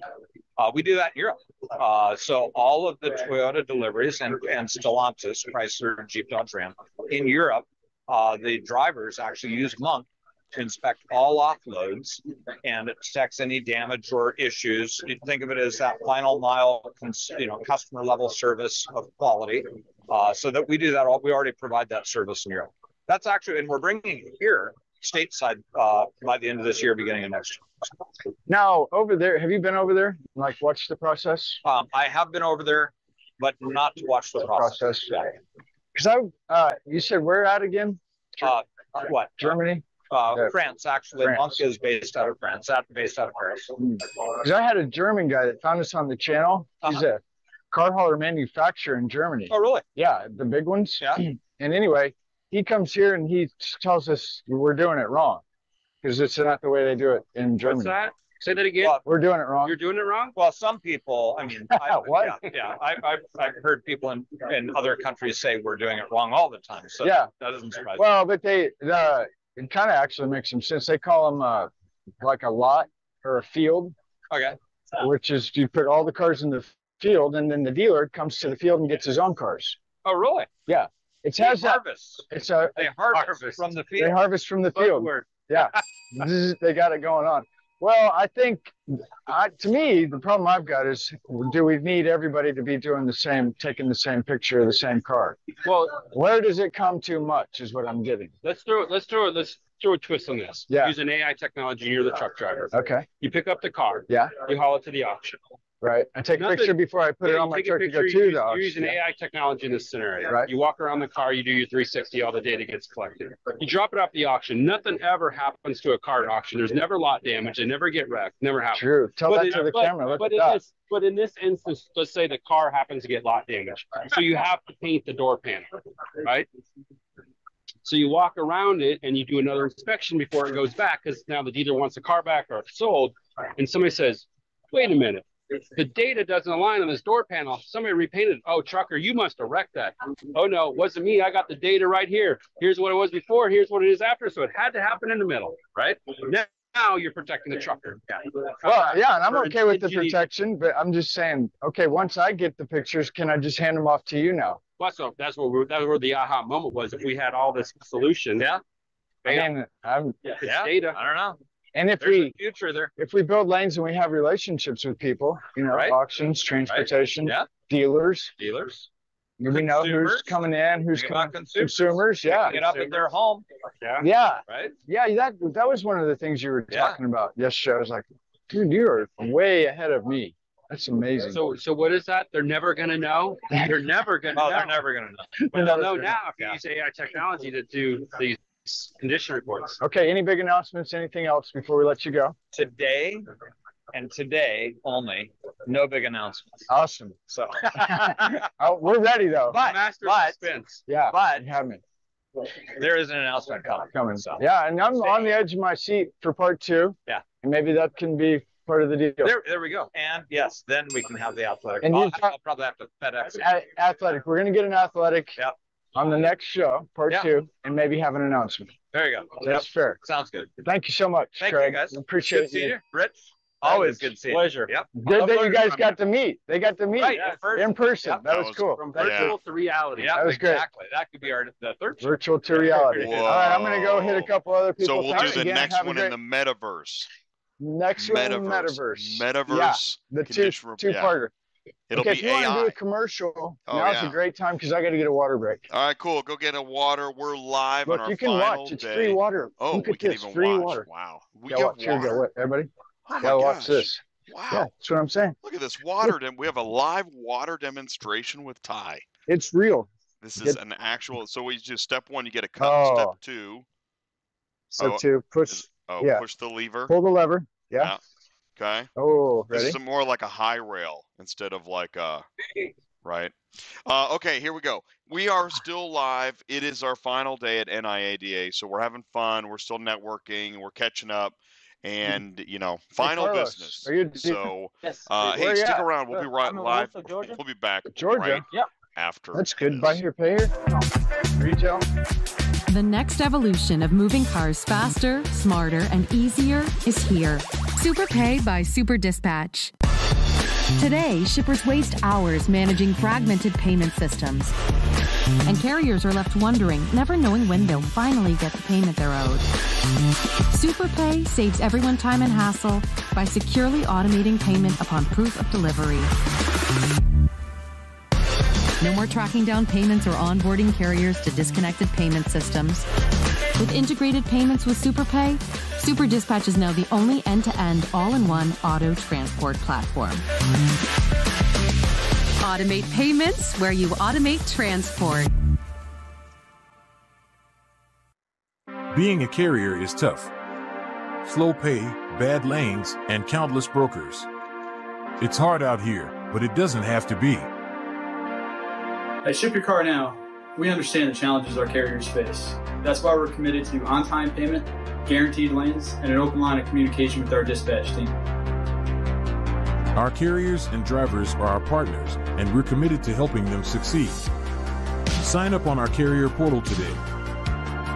Uh, we do that in Europe. Uh, so all of the Toyota deliveries and, and Stellantis, Chrysler, Jeep, Dodge, Ram in Europe, uh, the drivers actually use Monk to inspect all offloads and it detects any damage or issues. You think of it as that final mile, cons- you know, customer level service of quality. Uh, so that we do that all. We already provide that service in Europe. That's actually, and we're bringing it here stateside uh, by the end of this year, beginning of next
Now over there, have you been over there? Like, watch the process.
year. Um, I have been over there, but not to watch the process.
Process. Because I, uh, you said we're at again?
Uh, what?
Germany.
Uh,
Yeah.
France, actually.
France. Hmm.
Monk is based out of France, out, based out of Paris.
Because I had a German guy that found us on the channel. He's a car hauler manufacturer in Germany.
Uh-huh. Oh, really?
Yeah, the big ones.
Yeah.
And anyway, he comes here and he tells us we're doing it wrong because it's not the way they do it in
What's
Germany.
that? Say that again.
Well,
We're doing it wrong.
You're doing it wrong.
Well, some people, I mean, I,
What?
yeah, yeah. I, I've, I've heard people in, in other countries say we're doing it wrong all the time. So
Yeah.
that doesn't surprise me.
Well, but they uh, it kind of actually makes some sense. They call them uh, like a lot or a field,
Okay.
which is you put all the cars in the field, and then the dealer comes to the field and gets his own cars.
Oh, really?
It
They
has that.
harvest.
It's a
They harvest,
Harvest.
from the
they
field.
harvest from the field.
Buzzword.
Zzz, they got it going on. Well, I think I, to me the problem I've got is do we need everybody to be doing the same, taking the same picture of the same car?
Well,
Where does it come too much? Is what I'm getting.
let's throw it. Let's throw it. Let's throw a twist on this.
Yeah.
Using AI technology, you're the truck driver.
Okay,
You pick up the car.
Yeah.
You haul it to the auction.
right. I take a
Nothing-
picture before I put it
Yeah,
on
you
my
take a
truck to go
picture,
to the
you use-
auction.
You use an AI technology in this scenario.
Right.
You walk around the car, you do your 360, all the data gets collected. You drop it off the auction. Nothing ever happens to a car at auction. There's never lot damage. They never get wrecked. Never happens.
True. Tell
But
that
it-
to the
but-
camera. Look
But
at
in
that.
this, but in this instance, let's say the car happens to get lot damage. So you have to paint the door panel, right? So you walk around it and you do another inspection before it goes back because now the dealer wants the car back or it's sold. And somebody says, wait a minute, the data doesn't align on this door panel. Somebody repainted. it. Oh, trucker, you must have wrecked that. Oh no, wasn't me. I got the data right here. Here's what it was before. Here's what it is after. So it had to happen in the middle, right? Now- Now you're protecting the trucker.
Well, yeah, and I'm
for
okay with the
indigenous-
protection, but I'm just saying, okay, once I get the pictures, can I just hand them off to you now?
Well, so that's what we're, that's where the aha moment was. If we had all this solution,
Yeah.
I
Yeah.
mean, I'm,
it's
Yeah.
data.
I don't know.
and if
There's a
we
future there.
if we build lanes and we have relationships with people, you know,
Right.
auctions, transportation,
Yeah.
dealers,
Dealers.
we know who's
Consumers.
coming in, who's
Think about
coming,
consumers.
consumers, yeah,
Get up at their home,
yeah,
right?
yeah. That that was one of the things you were
Yeah.
talking about yesterday. I was like, dude, you are way ahead of me. That's amazing.
So so what is that? They're never gonna know. They're never gonna
Oh,
know.
they're never going to know.
But they'll know now if you
Yeah.
use AI technology to do these condition reports.
Okay, any big announcements, anything else before we let you go?
Today and today only, no big announcements.
Awesome.
So,
Oh, we're ready though.
but,
Master
but,
suspense.
Yeah,
but
you have me
there is an announcement coming.
coming.
So.
Yeah, and I'm on the edge of my seat for part two.
Yeah.
And maybe that can be part of the deal.
There, there we go. And yes, then we can have the athletic. Oh,
And you
I'll,
talk-
I'll probably have to FedEx. it.
A- athletic. We're going to get an athletic
Yep.
on the next show, part
Yeah.
two, and maybe have an announcement.
There you go.
That's fair.
Sounds good.
Thank you so much,
Thank you,
Craig.
guys.
We
Good
Appreciate
seeing
you.
you, Rich. Always good seeing you.
Pleasure.
Yep.
Good that you
learning
guys
from
got to meet. They got to meet
Right. at first.
in person.
Yep.
That,
That
was,
was-
cool.
From
That's
virtual to reality.
Yep,
That was great.
exactly. That could be our the third.
virtual to reality.
Whoa.
All right, I'm going to go hit a couple other people.
So we'll do
Thanks
the
again.
next
Have a
one
great-
in the metaverse.
Next one, in the metaverse. Yeah,
Metaverse.
the two
condition rep-
two
yeah.
parter.
It'll
okay, if
be
you want to
AI.
do a commercial,
Oh,
now's
yeah.
a great time because I got to get a water break.
All right, cool. Go get a water. We're live on
Look,
our
you can
final
watch. It's
day.
free water.
Oh,
Look
we
at
can
this
even
free
watch.
water.
Wow. We
Yeah,
get
watch. Here you go.
water.
What, everybody?
Oh my
yeah, watch
gosh.
this.
Wow.
Yeah, that's what I'm saying.
Look at this water. Dem- we have a live water demonstration with Ty.
It's real.
This is
Good.
an actual. So we do step one, you get a cup.
Oh.
Step two,
So
Oh,
to push,
is- oh,
yeah.
push the lever.
pull the lever. Yeah.
Yeah. Okay.
Oh,
This
ready?
is more like a high rail instead of like uh right. Uh, okay, here we go. We are still live. It is our final day at NIADA, so we're having fun. We're still networking. We're catching up, and you know, final
Carlos,
business.
are you-
So,
Yes.
uh,
where
hey,
you
stick
at?
around. We'll be right
I'm in
live.
Atlanta, Georgia.
We'll be back.
Georgia?
Right
Yep.
After.
That's good.
this.
Buy here, pay here. Retail.
The next evolution of moving cars faster, smarter, and easier is here. SuperPay by Super Dispatch. Today, shippers waste hours managing fragmented payment systems. And carriers are left wondering, never knowing when they'll finally get the payment they're owed. SuperPay saves everyone time and hassle by securely automating payment upon proof of delivery. No more tracking down payments or onboarding carriers to disconnected payment systems. With integrated payments with SuperPay, Super Dispatch is now the only end-to-end all-in-one auto transport platform. Automate payments where you automate transport.
Being a carrier is tough. Slow pay, bad lanes, and countless brokers. It's hard out here, but it doesn't have to be.
At Ship Your Car Now, we understand the challenges our carriers face. That's why we're committed to on time payment, guaranteed lanes, and an open line of communication with our dispatch team.
Our carriers and drivers are our partners, and we're committed to helping them succeed. Sign up on our carrier portal today.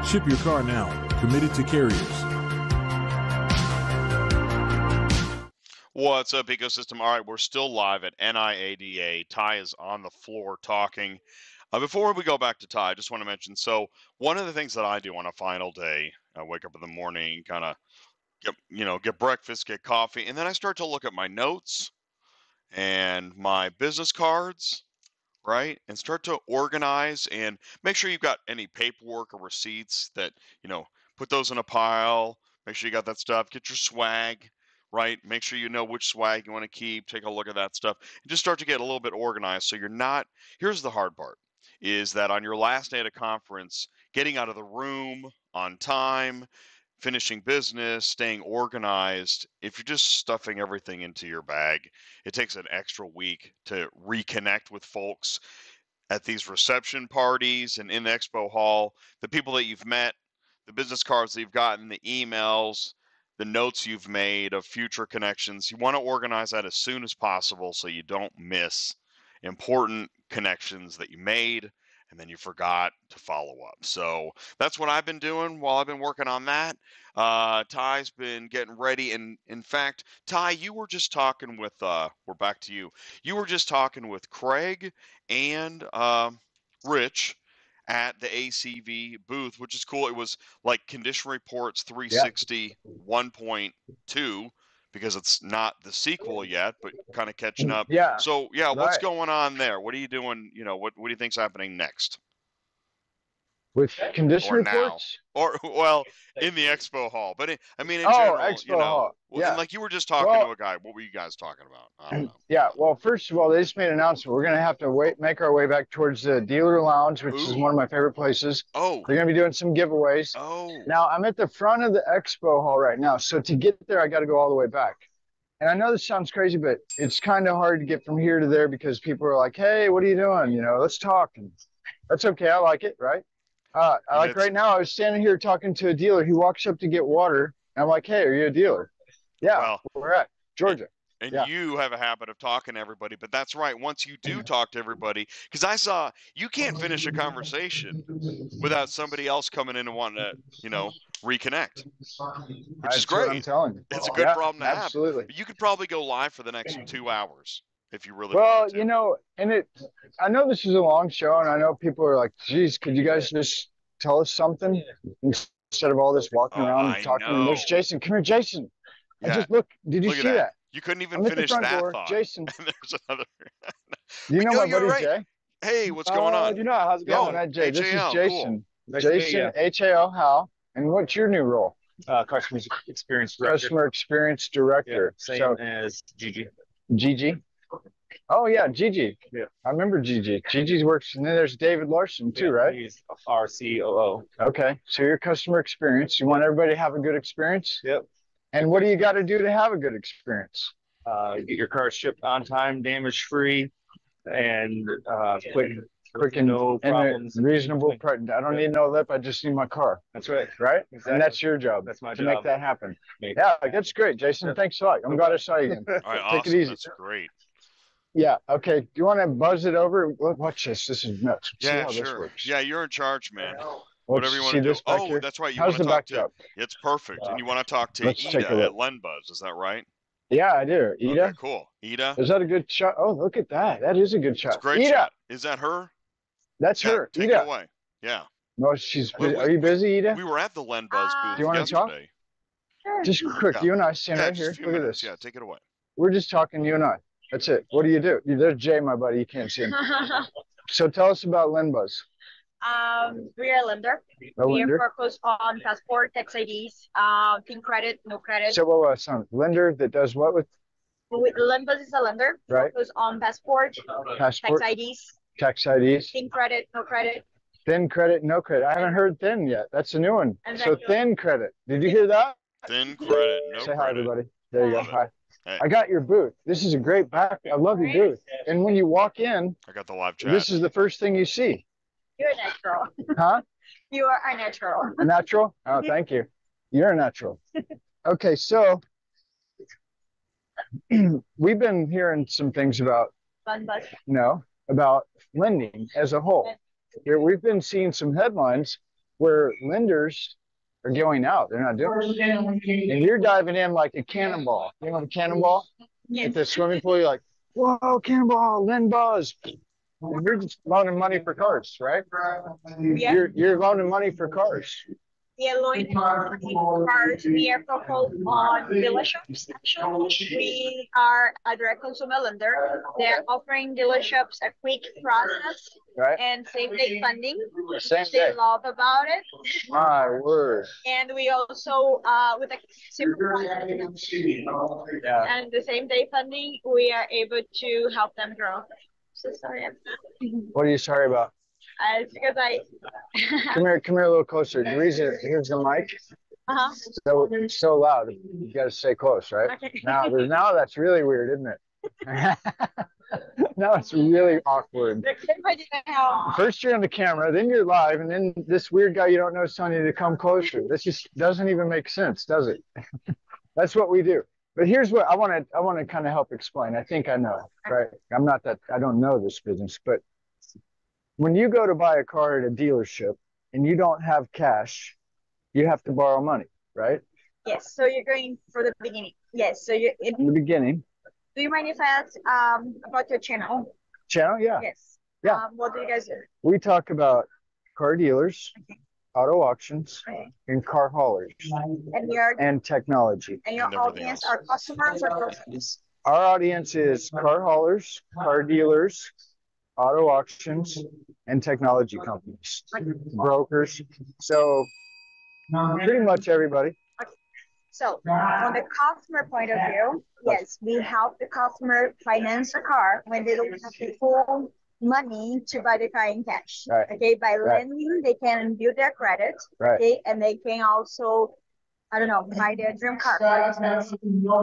Ship your car now, committed to carriers.
What's up, ecosystem? All right, we're still live at NIADA. Ty is on the floor talking. Uh, before we go back to Ty, I just want to mention so, one of the things that I do on a final day, I wake up in the morning, kind of get, you know, get breakfast, get coffee, and then I start to look at my notes and my business cards, right? And start to organize and make sure you've got any paperwork or receipts that, you know, put those in a pile. Make sure you got that stuff. Get your swag, right? Make sure you know which swag you want to keep. Take a look at that stuff. And just start to get a little bit organized so you're not. Here's the hard part is that on your last day at a conference, getting out of the room on time, finishing business, staying organized, if you're just stuffing everything into your bag, it takes an extra week to reconnect with folks at these reception parties and in the expo hall, the people that you've met, the business cards that you've gotten, the emails, the notes you've made of future connections. You want to organize that as soon as possible so you don't miss important connections that you made and then you forgot to follow up. So that's what I've been doing while I've been working on that. Uh, Ty's been getting ready, and in fact, Ty, you were just talking with. Uh, we're back to you. You were just talking with Craig and uh, Rich at the ACV booth, which is cool. It was like condition reports 360 1.2 because it's not the sequel yet, but kind of catching up.
Mm. Yeah.
So yeah, what's
Right.
going on there? What are you doing? You know, what what do you think's happening next?
With condition
Or now.
reports?
Or well, in the expo hall, but it, I mean, in
Oh,
general,
expo
you know,
hall.
well, and
Yeah.
like you were just talking
Well-
to a guy. What were you guys talking about? I don't know.
Yeah, well, first of all, they just made an announcement. We're going to have to wait, make our way back towards the dealer lounge, which is
Ooh.
one of my favorite places.
Oh,
They're going to be doing some giveaways.
oh,
Now I'm at the front of the expo hall right now. So to get there, I got to go all the way back. And I know this sounds crazy, but it's kind of hard to get from here to there because people are like, "Hey, what are you doing? You know, let's talk." And that's okay. I like it, right? Uh, I
And
like
it's-
right now. I was standing here talking to a dealer. He walks up to get water, and I'm like, "Hey, are you a dealer?" Yeah,
well,
we're at Georgia.
and
Yeah.
you have a habit of talking to everybody, but that's right. Once you do talk to everybody, because I saw you can't finish a conversation without somebody else coming in and wanting to, you know, reconnect.
Which
is
I'm
great.
telling you,
It's a good
Yeah,
problem to have.
Absolutely.
You could probably go live for the next two hours if you really
Well,
wanted to.
you know, and it, I know this is a long show, and I know people are like, geez, could you guys just tell us something instead of all this walking
Oh,
around
I
and talking? And There's
know.
Jason. Come here, Jason. I
Yeah.
just look. Did you
Look at
see
that.
that?
you couldn't even
I'm at the
finish
front
that
door.
thought.
Jason,
And there's another.
you know
know
my
you're
buddy
right.
Jay?
Hey, what's going
Uh,
on?
You know, how's it
Yo,
going? Hi, Jay. This
HAL,
is
cool.
Jason.
Nice to meet
Jason, HAL, how? And what's your new role?
Uh, customer experience director.
Customer Experience
Yeah,
Director.
same
So,
as Gigi.
Gigi. Oh, yeah, Gigi.
Yeah.
I remember Gigi. Gigi's works. And then there's David Larson, too,
Yeah,
right?
He's our COO.
Okay, so your customer experience, you want everybody to have a good experience?
Yep.
And what do you got to do to have a good experience?
Uh, get your car shipped on time, damage free, and uh, quick,
Quick and-
no
And a
problems.
reasonable, pri- I don't need no lip, I just need my car,
That's right.
right?
Exactly.
And that's your job.
That's my
to
job.
make that happen.
Make-
Yeah, that's great, Jason.
Yeah.
Thanks a lot. I'm glad I saw you again.
All right,
Take it
awesome.
easy.
That's great.
Yeah, okay. Do you want to buzz it over? Look, Watch this. This is nuts. See
Yeah,
how this
sure.
works.
Yeah, you're in charge, man.
Look,
Whatever you want
see
to do.
this back
Oh,
here?
that's right. You
How's
want
the
to talk to.
backdrop?
It's perfect. And you want to talk to
Let's take a
Ida at
look.
Lenbuzz. Is that right?
Yeah, I do. Ida?
Okay, cool. Ida.
Is that a good shot? Oh, look at that. That is a good
It's
shot.
a great
Ida,
shot. Is that her?
that's
Yeah,
her.
Take
Ida.
it away. Yeah.
No, she's.
Wait,
Are you busy, Ida?
We were at the Len Buzz
Ah.
booth
Do you wanna talk?
yesterday.
Just quick,
Yeah.
you and I stand
yeah,
right
just a
here.
few
Look at
minutes.
this.
Yeah, take it away.
We're just talking, you and I. That's it. What do you do? There's Jay, my buddy. You can't see him. So tell us about Lenbuzz.
um, we are a lender.
No
we
lender.
are focused on passport, tax IDs, uh, thin credit, no credit.
So what was some lender that does what with
we, Lendbus is a lender.
right
Focused on passport, tax
passport,
IDs,
tax IDs,
thin credit, no credit.
thin credit, no credit. I haven't heard thin yet. That's a new one.
And
So
then-
thin credit. Did you hear that?
Thin credit, no
Say hi,
credit.
everybody. There you go.
Love it.
Hi. I got your booth. This is a great back. I love your booth. And when you walk in,
I got the live chat.
this is the first thing you see,
You're a natural.
huh?
You are a natural.
A natural? Oh, thank you. You're a natural. Okay, so we've been hearing some things about
Fun bus.
no about lending as a whole. Here we've been seeing some headlines where lenders are going out; they're not doing. it. And you're diving in like a cannonball. You know the cannonball at the swimming pool. You're like, "Whoa, cannonball! Lend balls!" And you're just loaning money for cars, right?
Yeah.
You're you're loaning money for cars.
We are loaning our cars, we are focused on dealerships actually. We are a direct consumer lender. They're offering dealerships a quick process
Right.
and same day funding,
Same
which
day.
they love about it.
My word.
And we also, uh, with a simple product
Yeah.
and the same day funding, we are able to help them grow. So sorry, I'm-
What are you sorry about?
uh, it's because I,
Come here, come here a little closer. The reason here's the mic.
uh-huh,
So it's so loud. You gotta stay close, right?
okay.
Now now that's really weird, isn't it? now it's really awkward.
Imagine how-
First you're on the camera, then you're live, and then this weird guy you don't know is telling you to come closer. This just doesn't even make sense, does it? that's what we do. But here's what I want to I want to kind of help explain. I think I know, right? I'm not that I don't know this business, but when you go to buy a car at a dealership and you don't have cash, you have to borrow money, right?
Yes, so you're going for the beginning. Yes, so you, it-
In the beginning.
do you mind if I ask um about your channel?
Channel, yeah.
Yes.
Yeah.
Um, what do you guys do?
We talk about car dealers, auto auctions,
Okay.
and car haulers
And your
and technology.
and your
And everything
audience
else.
are customers or customers?
Our audience is car haulers, car dealers, auto auctions, and technology companies, brokers. So pretty much everybody.
So from the customer point of view, yes, we help the customer finance a car when they don't have the full money to buy the car in cash.
Right.
Okay, by
Right.
lending, they can build their credit.
Right.
Okay, and they can also, I don't know, buy their dream car. for instance.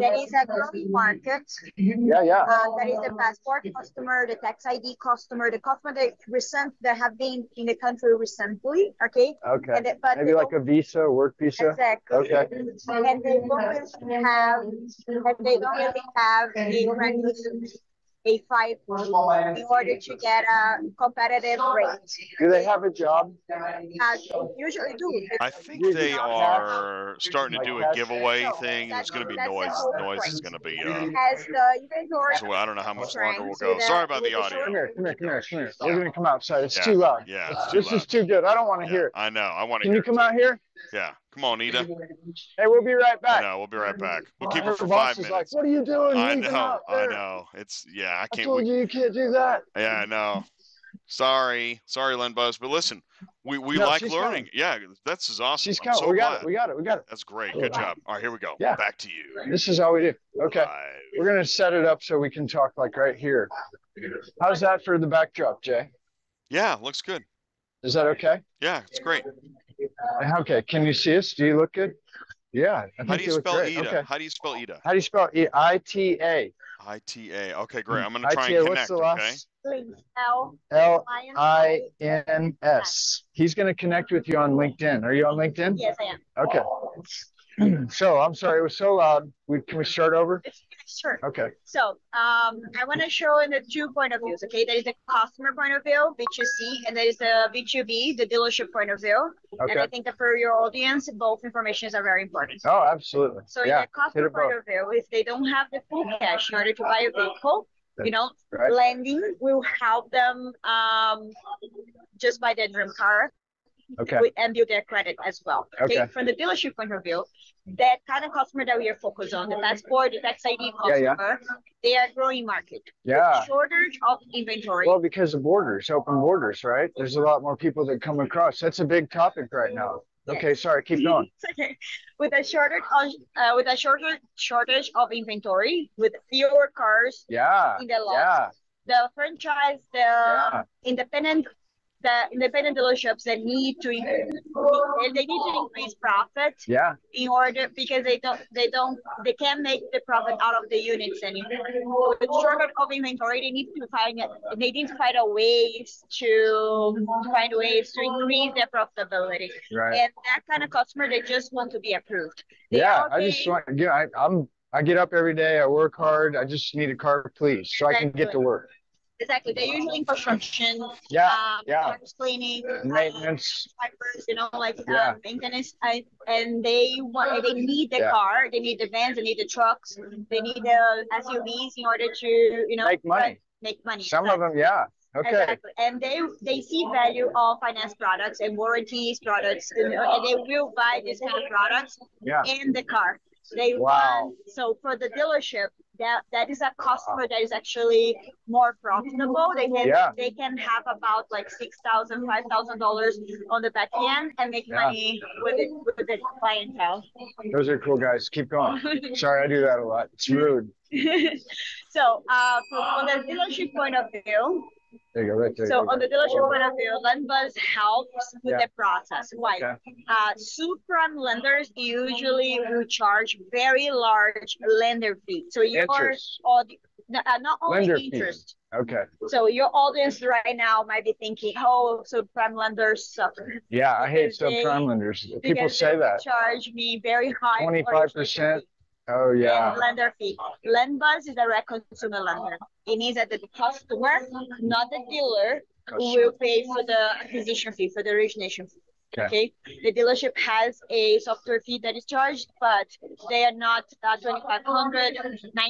There is a growing market
Yeah, yeah.
Uh, that is the passport customer, the tax ID customer, the customer that recent that have been in the country recently, okay?
Okay.
And it- but
Maybe
they
like a Visa, work
don't-
Visa.
exactly.
Okay.
And they don't really have, and they don't really have a credit, a five in order to get a competitive rate.
Do they have a job?
Uh, they usually do.
I think they are starting to do a giveaway thing. There's going to be noise. Noise is going to be uh,
As the inventory.
So I don't know how much longer we'll go. Sorry about the
Come
audio.
here, come here, come here, come here. We're gonna come outside. It's
Yeah.
too loud.
Yeah, it's too
This is
loud.
too good. I don't want to
Yeah,
hear it.
I know. I want to
Can you
hear. it.
come out here?
Yeah. Come on, Nita.
Hey, we'll be right
I
back.
know. We'll be right back. We'll keep her
Her
for
boss
five
is like,
minutes.
what are you doing?
I
Leave him
know.
out
I
there.
know. It's yeah. I
I
can't.
told
We,
you you can't do that.
yeah, I know. Sorry, sorry, Len Buzz. But listen, we we
No,
like
she's
learning. Yeah, that's is awesome.
She's
I'm
coming.
so
we got
glad.
it. We got it. We got it.
That's great. Good job. All right, here we go.
Yeah.
Back to you.
This is all we do. Okay.
Live.
We're going to set it up so we can talk like right here. How's that for the backdrop, Jay?
Yeah, looks good.
Is that okay?
Yeah, it's great.
Okay. Can you see us? Do you look good? Yeah. I
How
think
do you
look
spell
great.
Ida?
Okay.
How do you spell Ida?
How do you spell E I T A?
I T A. Okay, great. I'm gonna try
ITA,
and
what's
connect.
the
Okay.
last?
L
L
Lion-
I N S. He's going to connect with you on LinkedIn. Are you on LinkedIn?
Yes, I am.
Okay. so I'm sorry. It was so loud. We, can we start over?
It's sure.
Okay.
So um, I want to show in the two point of views. Okay, there is the customer point of view, B2C, and there is the B2B, the dealership point of view. And I
Okay.
think that for your audience, both informations are very important.
Oh, absolutely.
So in
Yeah.
the customer
it both.
point of view, if they don't have the full cash in order to buy a vehicle, you know,
Right.
lending will help them um, just buy their dream car
Okay.
with- and build their credit as well. Okay?
Okay.
From the dealership point of view, that kind of customer that we are focused on, the passport, the tax ID
Yeah,
customer,
yeah.
they are growing market.
Yeah.
Shortage of inventory.
Well, because of borders, open borders, right? There's a lot more people that come across. That's a big topic right now. Okay, sorry, keep going.
It's okay. With a shortage of, uh, with a shorter shortage of inventory, with fewer cars
Yeah,
in the lot,
yeah,
the franchise, the
yeah.
independent the independent dealerships that need to increase, they need to increase profits
Yeah.
in order because they don't they don't they can't make the profit out of the units anymore. With shorter of inventory, they need to find they need to find a ways to find ways to increase their profitability.
Right.
And that kind of customer, they just want to be approved. They
Yeah,
are
I just
okay.
want, yeah, I, I'm, I get up every day, I work hard, I just need a car, please, so I can get to
Exactly.
work.
Exactly. They're usually in construction.
Yeah,
um,
yeah.
house Cleaning. um,
Maintenance,
drivers, you know, like
Yeah.
um, maintenance, I, and they want, they need the
Yeah.
car, they need the vans, they need the trucks, they need the SUVs in order to, you know,
make money,
Make money.
some of
exactly.
them, yeah, okay,
Exactly. And they they see value of finance products and warranties products, you know, and they will buy this kind of products
yeah,
in the car. They
Wow.
want so for the dealership that that is a customer that is actually more profitable. They can
Yeah.
they can have about like six thousand, five thousand dollars on the back end and make
Yeah.
money with it with the clientele.
those are cool guys, keep going. Sorry, I do that a lot, it's rude,
so uh from, from the dealership point of view,
there you go, right there.
So on the dealership point of view, LendBus helps with
Yeah.
the process. Why?
Okay.
Uh, subprime lenders usually will charge very large lender fee. So your
Interest.
audi- no, uh, not only
Lender fee.
interest.
Okay,
So your audience right now might be thinking, oh, subprime lenders suffer.
yeah, I hate
Because they-
subprime lenders, people
because
say
they
that,
Charge me very high. for
25%.
interest
oh,
fee
yeah,
and Lender fee. LendBus is a direct consumer lender. It means that the customer, not the dealer, who will pay for the acquisition fee, for the origination fee.
Okay.
Okay. The dealership has a software fee that is charged, but they are not uh, 2500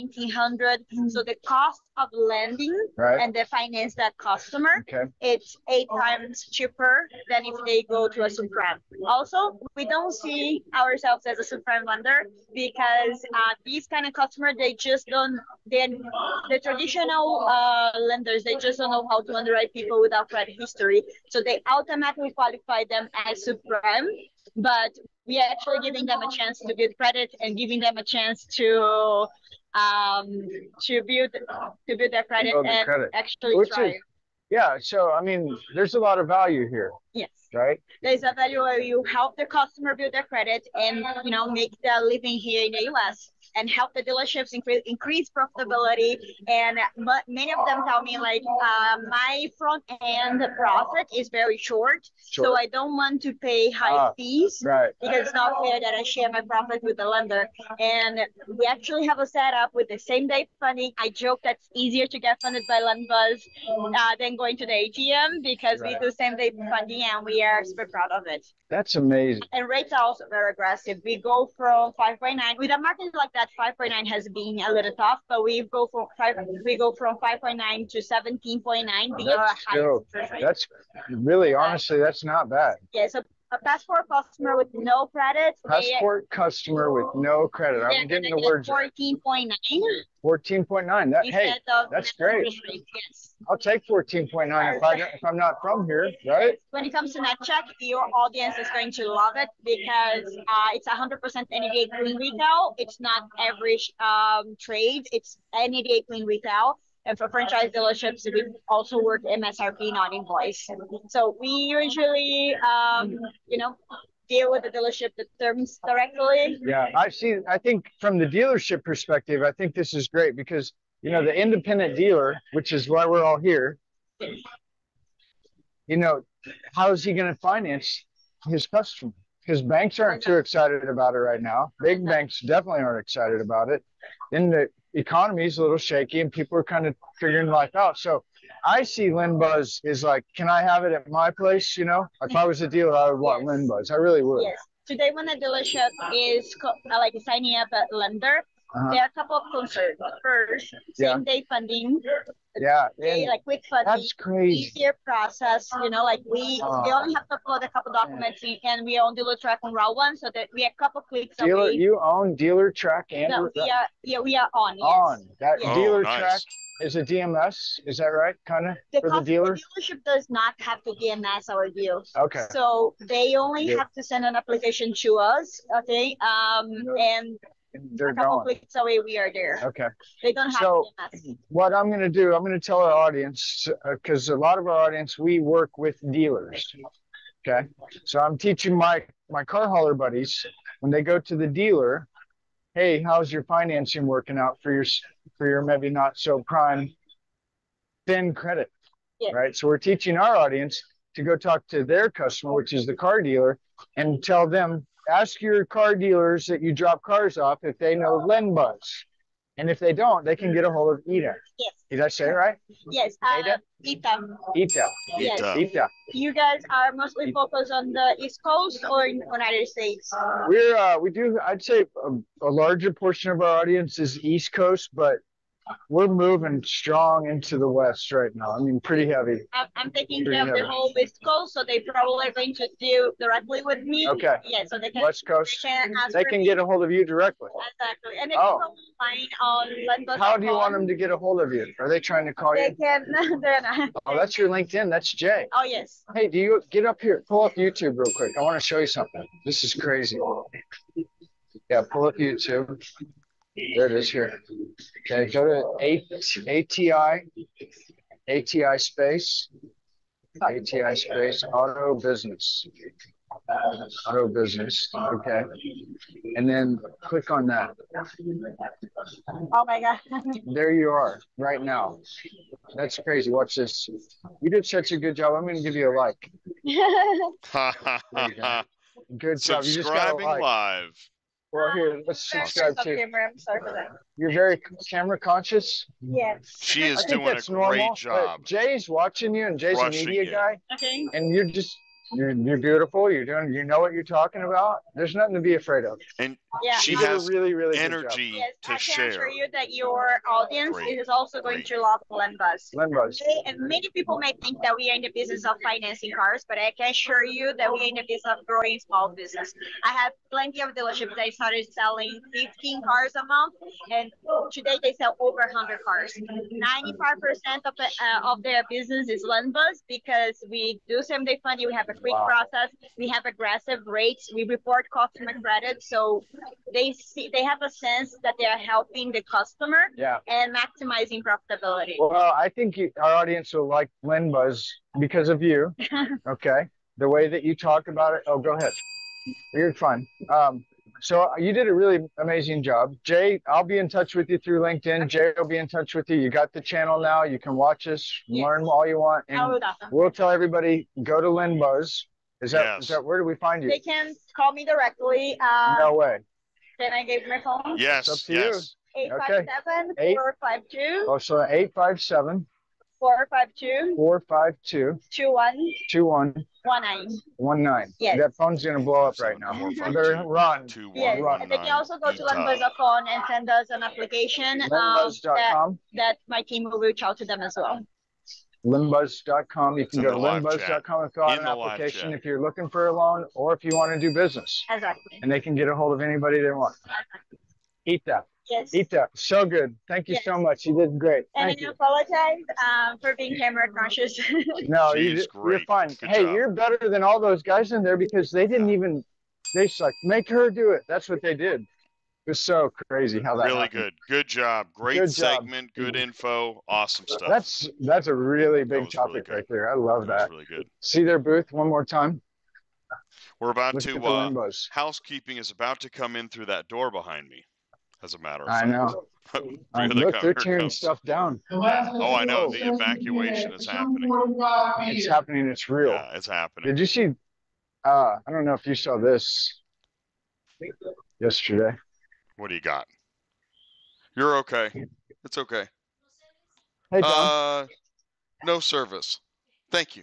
1900 So the cost of lending
right,
and the finance that customer,
okay,
it's eight times cheaper than if they go to a subprime. Also, we don't see ourselves as a subprime lender because uh, these kind of customer, they just don't, then the traditional uh, lenders, they just don't know how to underwrite people without credit history. So they automatically qualify them as subprime, but we are actually giving them a chance to get credit and giving them a chance to um to build to build their credit
Build Oh, the
and
credit.
actually
Which
try
is- yeah, so, I mean, there's a lot of value here,
yes
right?
there's a value where you help the customer build their credit and you know make their living here in the US and help the dealerships increase increase profitability and but many of them tell me like uh, my front end profit is very short so
Sure.
I don't want to pay high
Ah,
fees
Right,
because it's not fair that I share my profit with the lender. And we actually have a setup with the same day funding. I joke that's easier to get funded by LendBuzz uh, than going to the ATM because
Right.
we do same day funding and we are super proud of it.
that's amazing.
And rates are also very aggressive. We go from 5.9 with a market like that. 5.9 has been a little tough, but we go from five. We go from 5.9 to 17.9 because of our
That's
highest
still-
interest rate.
That's really, honestly, that's not bad.
Yeah, so a passport customer with no credit, they
Passport customer with no credit. I'm
they're
getting
gonna
the
get
words right.
14.9
Fourteen point nine. That hey,
instead of
that's
natural
great.
interest rate, Yes.
I'll take fourteen point nine if I don't- if I'm not from here, right?
When it comes to NetCheck, your audience is going to love it because uh, it's 100% NEDA clean retail. It's not average um, trade. It's NEDA clean retail. And for franchise dealerships, we also work MSRP, not invoice. So we usually, um, you know, deal with the dealership the terms directly.
Yeah, I see. I think from the dealership perspective, I think this is great because you know the independent dealer, which is why we're all here. You know, how is he going to finance his customer? Because banks aren't too excited about it right now. Big banks definitely aren't excited about it. Then the economy is a little shaky, and people are kind of figuring life out. So I see Linbuzz is like, can I have it at my place? You know, if I was a dealer, I would want
Yes.
Linbuzz. I really would.
Yes. Today, when a dealership is co- uh, like signing up a lender,
Uh-huh.
there are a couple of concerns. First,
Yeah.
same day funding,
Yeah,
day,
and
like quick funding,
that's crazy.
easier process. You know, like we
Oh.
we only have to upload a couple documents, in- and we are on dealer track on route one, so that we are a couple clicks
Dealer,
away.
you own dealer track and
no, we are yeah we are on. Yes.
on that
Yes.
dealer
Oh, nice.
track is a DMS. Is that right? Kind of
The
for the
customer
dealer.
dealership does not have to DMS our deals.
Okay.
So they only
Yeah.
have to send an application to us, okay? Um,
Yeah.
and
they're
a couple
going.
clicks away, we are there.
Okay.
They don't have E
So-
to ask.
What I'm going to do, I'm going to tell our audience, because a lot of our audience, we work with dealers. Okay. So I'm teaching my, my car hauler buddies when they go to the dealer, hey, how's your financing working out for your, s- for your maybe not so prime thin credit?
Yeah.
Right. So we're teaching our audience to go talk to their customer, which is the car dealer, and tell them, ask your car dealers that you drop cars off if they know LendBuzz. And if they don't, they can get a hold of Ida.
Yes,
Did I say it right?
yes. Uh,
Ada?
Ita,
Ita.
yes.
Ita.
Ita.
You guys are mostly focused on the East Coast or in United States?
We're uh, we do. I'd say a, a larger portion of our audience is East Coast, but we're moving strong into the West right now. I mean, pretty heavy.
I'm, I'm taking
Pretty
care of the
heavy.
whole West Coast, so they probably are going to deal directly with me.
Okay.
Yeah, so they can,
West
they
Coast.
can ask
They
for
can
me.
get a hold of you directly.
Exactly, and they
Oh.
can go find on London.
How do you want them to get a hold of you? Are they trying to call
They
you?
can, they're not.
Oh, that's your LinkedIn. That's Jay.
Oh, yes.
Hey, do you get up here? Pull up YouTube real quick. I want to show you something. This is crazy. Yeah, pull up YouTube. There it is here. Okay, go to A- ATI, ATI space, ATI space, auto business. Auto business. Okay. And then click on that.
Oh, my God.
There you are right now. That's crazy. Watch this. You did such a good job. I'm going to give you a like. you go. Good job. You just got
Subscribing
a like.
live.
Well, here, let's
Sorry,
subscribe
off
to.
camera, I'm sorry for that.
You're very camera conscious.
Yes.
She
I
is
think
doing a
that's normal.
great
but
job.
Jay's watching you, and Jay's a
Crushing
media
you.
guy,
Okay.
and you're just you're you're beautiful. You're doing. You know what you're talking about. There's nothing to be afraid of.
And
Yeah.
She
you did a
has
really really good job.
energy
Yes, I
to
can assure
share.
you that your audience
Great,
is also going
great.
to love Lendbus.
Lendbuzz.
They- And many people may think that we are in the business of financing cars, but I can assure you that we are in the business of growing small business. I have plenty of dealerships that started selling 15 cars a month, and today they sell over 100 cars. 95% of, the, uh, of their business is loan bus because we do same day funding, we have a quick process, we have aggressive rates, we report customer credit, so they see they have a sense that they are helping the customer
Yeah.
and maximizing profitability.
Well, I think you, our audience will like Lendbuzz because of you. Okay. The way that you talk about it. Oh, go ahead. You're fine. Um, so you did a really amazing job. Jay, I'll be in touch with you through LinkedIn. Jay will be in touch with you. You got the channel now. You can watch us,
Yes.
learn all you want.
I
And
would awesome.
we'll tell everybody go to Lendbuzz. Is that, is
Yes.
that where do we find you?
They can call me directly. Uh,
No way.
Can I give my phone?
up
Yes,
to you.
yes.
857
Eight-
452
Oh, so 857
452
452
2119.
2119.
Yes.
That phone's going to blow up right now. You better run.
Two
Yes,
one
and
one
they can
nine.
also go to
Utah.
lendbuzz.com and send us an application um, that,
Limbuzz.com.
that my team will reach out to them as well.
Limbuzz.com. You
in
can go to
the live chat.
limbuzz.com and fill out
In
an
the live
application
chat.
if you're looking for a loan or if you want to do business.
Exactly.
And they can get a hold of anybody they want. Eat that.
Yes.
Eat that. So good. Thank you so much. You did great.
And
Thank
I
you.
apologize um, for being camera conscious.
No, you,
She's
did- you're
great.
fine.
Good
hey,
job.
you're better than all those guys in there because they didn't even, they sucked. Make her do it. That's what they did. It was so crazy how that
Really
happened.
good. Good job. Great
Good job.
segment. Good info. Awesome stuff.
That's that's a really big
was really
topic
good.
right there. I love
That was
that.
really good.
See their booth one more time.
We're about
Let's
to
get the
uh,
Limbos.
housekeeping is about to come in through that door behind me. As a matter of
I
fact.
know.
Here
I-
they
Um, look,
come.
they're
Here it
tearing
comes.
stuff down.
Oh, I know.
Whoa.
The evacuation is happening.
It's happening. It's real.
Yeah, it's happening.
Did you see? Uh, I don't know if you saw this yesterday.
What do you got? You're okay. It's okay.
Hey, Don,
Uh, no service. Thank you.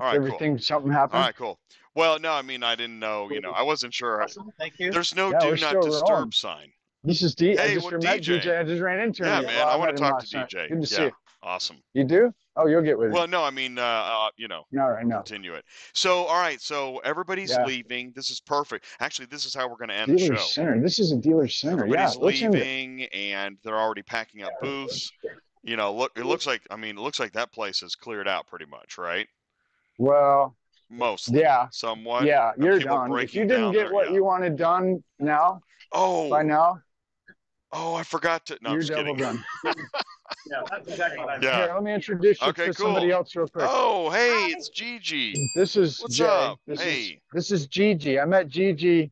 All right, cool.
everything something happened?
All right, cool. Well, no, I mean, I didn't know. You know, I wasn't sure.
Thank you.
There's no
Yeah,
do
we're
not
still
disturb
wrong.
sign.
This is D. I
Hey,
just
what
remembered
DJ?
DJ. I just ran into
Yeah,
him.
man,
Well,
I
met
want
him
to talk
last
to
night.
DJ.
Good to see
yeah,
you.
awesome.
You do? Oh, you'll get with
Well,
him.
no, I mean, uh, uh, you know,
All right, no.
continue it. So, all right, so everybody's
Yeah.
leaving. This is perfect. Actually, this is how we're going to end the
Dealer
show.
Center. This is a dealer center.
Everybody's
yeah, let's end it.
leaving, and they're already packing up booths. You know, look, it looks like. I mean, it looks like that place is cleared out pretty much, right?
Well,
Mostly,
yeah,
somewhat.
yeah, you're
people
done. If
breaking
you
down
didn't get
there,
what
yeah.
you wanted done now,
Oh,
by now,
Oh, I forgot to. No,
You're
I'm just
double
kidding.
done.
Yeah, that's exactly what I
Yeah.
Here, let me introduce you
Okay,
to
cool.
somebody else real quick.
Oh, hey, it's Gigi.
This is
What's
Jay.
up?
This is
Hey.
this is Gigi. I met Gigi.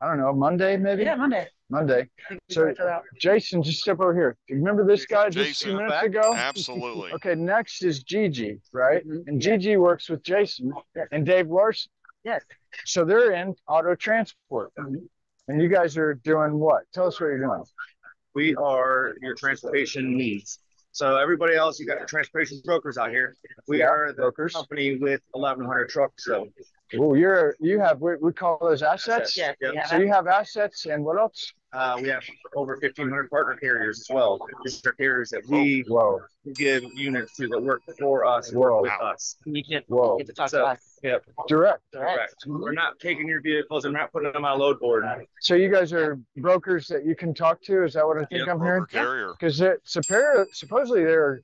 I don't know Monday maybe.
Yeah, Monday.
Monday. So-
Check that out.
Jason, just step over here. Do you remember this guy just a
Jason,
few minutes
back?
ago?
Absolutely.
Okay, next is Gigi, right?
Mm-hmm.
And Gigi works with Jason and Dave Larson.
Oh, Yes. Mm-hmm.
So they're in auto transport. And you guys are doing what? Tell us what you're doing.
We are your transportation needs. So everybody else, you got your transportation brokers out here. We
Yeah,
are the
brokers.
company with 1,100 trucks. So
Oh, you're you have we, we call those assets.
Yes, we
Yeah.
have
So you have assets and what else?
uh, we have over 1,500 partner carriers as well. These are carriers that we
Whoa,
give units to that work for us, work
Whoa.
with us.
You get,
Whoa.
you get to talk
So-
to us.
Yep,
direct.
correct. We're not taking your vehicles and we're not putting them on a load board.
So you guys are brokers that you can talk to. Is that what I think
Yep,
I'm
broker
hearing?
carrier.
Because supposedly there are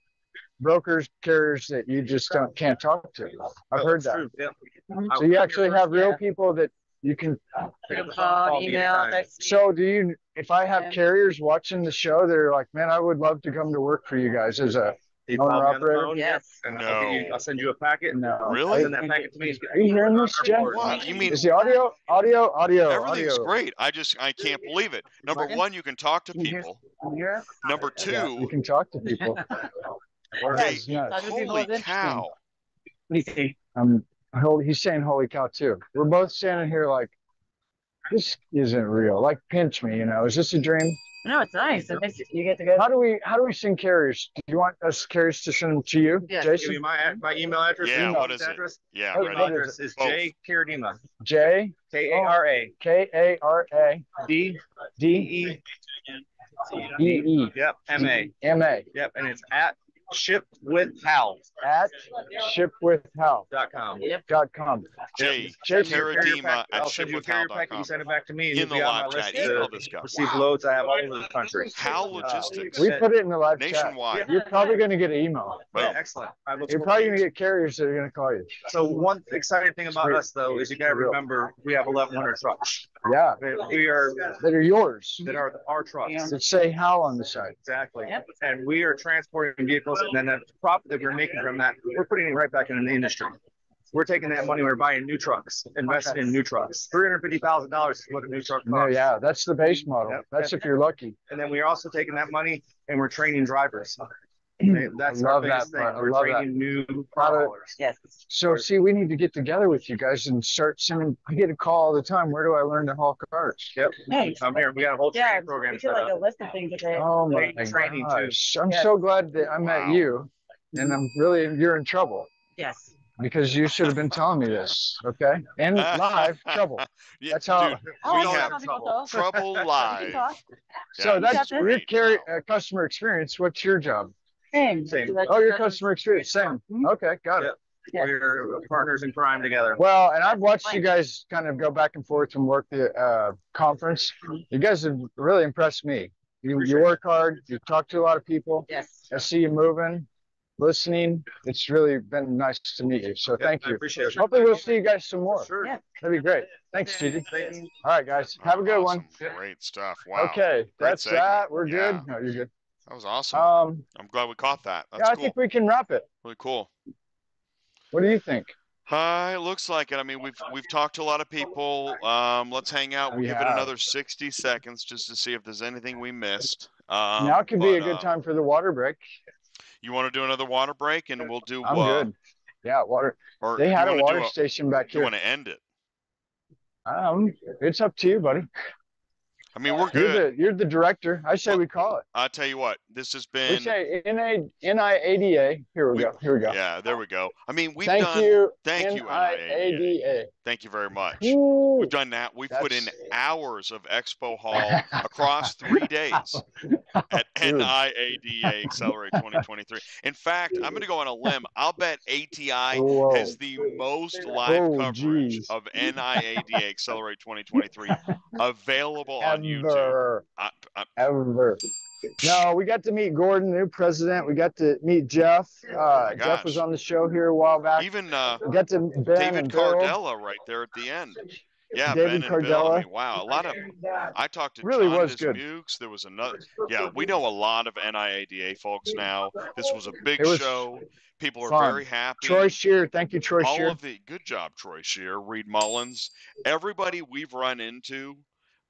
brokers carriers that you just don't can't talk to. I've
So
heard
it's
that.
true, yep.
Mm-hmm.
So you
I-
actually have real people that you can.
Pick up the phone,
Call,
me
email,
anytime.
text.
So do you? If I have
Yeah.
carriers watching the show, they're like, "Man, I would love to come to work for you guys as a."
You call me on the
Owner-operator?
phone, yep,
Yes.
And I'll, give you,
No.
I'll send you a packet. and
No.
Really?
Send that packet to me.
Are you hearing this, Jeff?
What? You mean
Is the audio, audio, audio,
everything's
audio?
great? I just I can't believe it. Number
Martin?
one, you can talk to
Can you hear-
people.
can you hear us?
Number
Yeah, you
two,
can talk to people.
hey,
It's nuts.
Talk to people
holy
is interesting.
cow!
What do you think?
I'm, hol- he's saying Um, holy cow too. We're both standing here like, this isn't real. Like pinch me, you know. Is this a dream?
No, it's nice. It makes you, you get to go.
How do we how do we send carriers? Do you want us carriers to send them to you,
Yeah,
Give me
Jason?
my my email address.
Yeah,
email
what is it?
address.
Yeah,
Oh,
My
ready?
What is
address is
Both.
J Karadima.
J
K A R A
Oh, K A R A
D
D E
E.
E E
Yep. M A.
M A
Yep. And it's at shipwithpals.com.
at shipwithhal dot com.
J.
Jason,
Send me your carrier
Karadima
packet.
at
I'll send you a carrier packet.
shipwithpal.com.
You send it back to me. and
In
you'll
the
be on
live
my
chat,
list
email
to
this guy.
Receive loads I have all over the country.
How
Uh,
logistics
We put it in the live chat.
nationwide.
You're probably going to get an email.
yeah, excellent. I will
You're probably going to get carriers that are going to call you.
So one exciting thing about
Real.
us though is you gotta
Real.
remember we have 1,100 trucks.
Yeah,
We are
that are yours.
that are our trucks.
Yeah.
That say how on the side.
Exactly.
Yep.
And we are transporting vehicles, and then the profit that we're making from that, we're putting it right back into the industry. We're taking that money, we're buying new trucks, investing in new trucks. Three hundred fifty thousand dollars is what a new truck
No,
costs.
yeah, that's the base model.
Yep.
That's if you're lucky.
And then we're also taking that money and we're training drivers. And That's
I
our
love
biggest
that
thing.
part. I
We're
love
training new
Product-
haulers.
Yes.
So see, we need to get together with you guys and start sending. I get a call all the time. Where do I learn to haul cars? Um,
Yep.
Nice.
I'm here. We got a whole
Yeah,
training
we
program
feel
set
like a
up.
list of things today.
Oh my
Training too.
gosh! I'm
Yes.
so glad that I met
Wow.
you, and I'm really you're in trouble
Yes.
because you should have been telling me this. Okay, Uh, and live trouble.
Yeah,
That's how-
dude,
Oh,
we
I know
have
something about those.
trouble
We can
live.
talk.
So
Yeah,
that's
got this?
your
great.
carry
Wow.
uh, customer experience. What's your job?
Same.
Same.
Like-
Oh, your customer experience. Same.
Mhm.
Okay, got it.
Yep. We're partners in crime together.
Well, and I've watched you guys kind of go back and forth and work the uh, conference. You guys have really impressed me. You, you
Appreciate it.
work hard. You talk to a lot of people.
Yes.
I see you moving, listening. It's really been nice to meet you. So
Yep,
thank
I
you.
appreciate it.
Hopefully, we'll see you guys some more.
Sure.
Yeah.
That'd be great. Thanks, Gigi.
Thanks.
All right, guys. Have a good one.
Awesome. Great stuff. Wow.
Okay, that's
segment.
that. We're
Yeah.
good. No, you're good.
That was awesome.
Um,
I'm glad we caught that. That's
yeah, I
cool.
think we can wrap it.
Really cool.
What do you think?
Uh, it looks like it. I mean, we've we've talked to a lot of people. Um, let's hang out. We'll
We
give it
have.
another 60 seconds just to see if there's anything we missed. Um,
now could be a
but,
good
uh,
time for the water break.
You want to do another water break, and we'll do.
I'm
uh,
good. Yeah, water.
Or
They
you
had a
wanna do
water station back
You
here.
want to end it?
Um, it's up to you, buddy.
I mean, we're
You're
good.
the you're the director. I say we call it.
I tell you what, this has
We
been.
say NA, NIADA. Here we,
We-
go. Here we go.
Yeah, there we go. I mean, we've
Thank
done.
you.
Thank you, NIADA.
NIADA.
Thank you very much.
Woo.
We've done that. We've put in
That's-
hours of expo haul across three days at
Dude.
NIADA Accelerate 2023. In fact, I'm going to go on a limb. I'll bet ATI
Whoa.
has the most live
Oh,
coverage
geez.
of NIADA Accelerate 2023 available on YouTube.
ever,
I, I,
ever. No, we got to meet Gordon, new president. We got to meet Jeff. Uh,
Oh my
Jeff was
gosh.
on the show here a while back.
even uh,
We got to Ben
David
and Bill.
Cardella right there at the end. Yeah,
David
Ben and Bill. I
Cardella.
mean, wow, a lot of. I talked to
Really
John
was good.
Dismukes. There was another. Yeah, we know a lot of NIADA folks now. This was a big
It was
show. People are
fun.
very happy.
Troy Shear, thank you, Troy
all
Shear.
of the good job, Troy Shear, Reed Mullins, everybody we've run into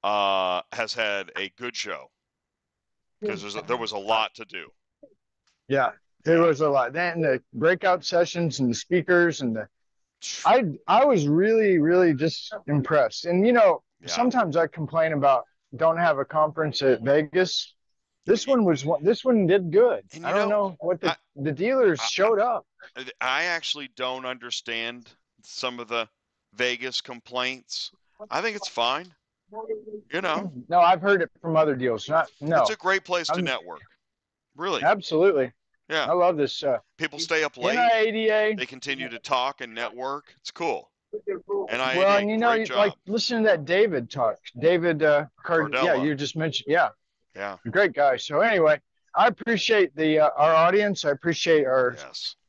uh, has had a good show because there was a lot to do.
Yeah, there was a lot. Then the breakout sessions and the speakers and the I I was really really just impressed. And you know, sometimes I complain about don't have a conference at Vegas. This one was one. This one did good. I don't know, what the the dealers showed up.
I actually don't understand some of the Vegas complaints. I think it's fine. You know,
No, I've heard it from other deals. Not no.
it's a great place to
I'm-
network. Really,
Absolutely.
Yeah.
I love this. Uh,
people stay up late.
NIADA.
They continue to talk and network. It's cool. And I
well, and you know,
great
you-
job.
like listen to that David talk. David uh, Card- Yeah,
Cardella.
you just mentioned. Yeah.
yeah.
great guy. So anyway, I appreciate the uh, our audience. I appreciate our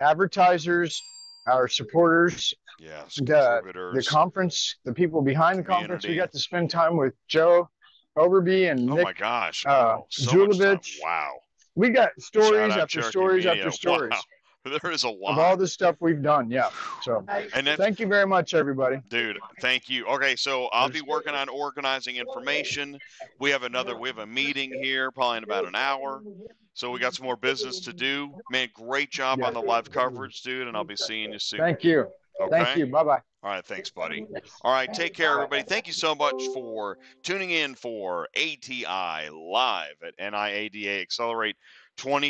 advertisers, our supporters, uh,
Yes,
the, the conference, the people behind the conference. We
Community.
got to spend time with Joe Overby and
Oh
Nick
my gosh!
uh,
wow, so much time.
Zulevich.
Wow.
We got
Shout
stories
out
after
Cherokee
stories
Media.
after stories
Wow. There is a lot.
of all the stuff we've done. Yeah. So
And that's-
thank you very much, everybody.
Dude, thank you. Okay, so I'll be working on organizing information. We have another, we have a meeting here probably in about an hour. So we got some more business to do. Man, great job on the live coverage, dude, and I'll be seeing you soon.
Thank you. Thank
Okay.
you. Bye bye.
All right, thanks, buddy. All right, take care, everybody. Thank you so much for tuning in for ATI Live at NIADA Accelerate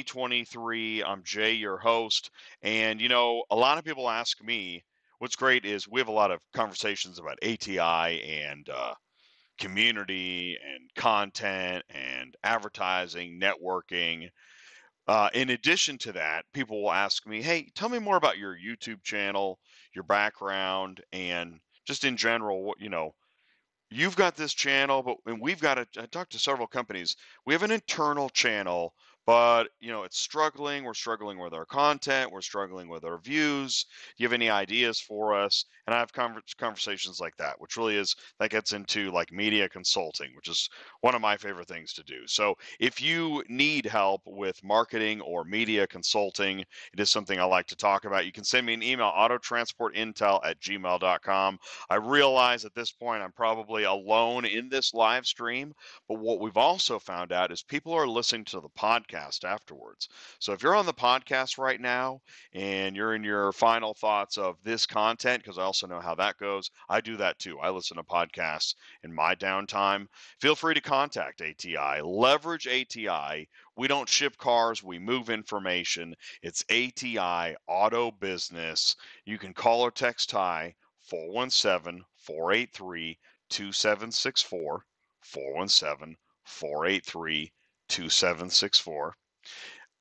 2023. I'm Jay, your host. And, you know, a lot of people ask me what's great is we have a lot of conversations about ATI and, uh, community and content and advertising, networking. Uh, in addition to that, people will ask me, hey, tell me more about your YouTube channel, your background, and just in general, what you know, you've got this channel, but and we've got a, I talked to several companies. We have an internal channel, but you know, it's struggling. We're struggling with our content. We're struggling with our views. Do you have any ideas for us? And I have conver- conversations like that, which really is that gets into like media consulting, which is one of my favorite things to do. So if you need help with marketing or media consulting, it is something I like to talk about. You can send me an email, autotransportintel at gmail.com. I realize at this point I'm probably alone in this live stream, but what we've also found out is people are listening to the podcast afterwards. So if you're on the podcast right now and you're in your final thoughts of this content, because I also know how that goes, I do that too. I listen to podcasts in my downtime. Feel free to contact ATI, leverage ATI. We don't ship cars, we move information. It's ATI Auto Business. You can call or text Ty 417 483 2764. 417 483 2764.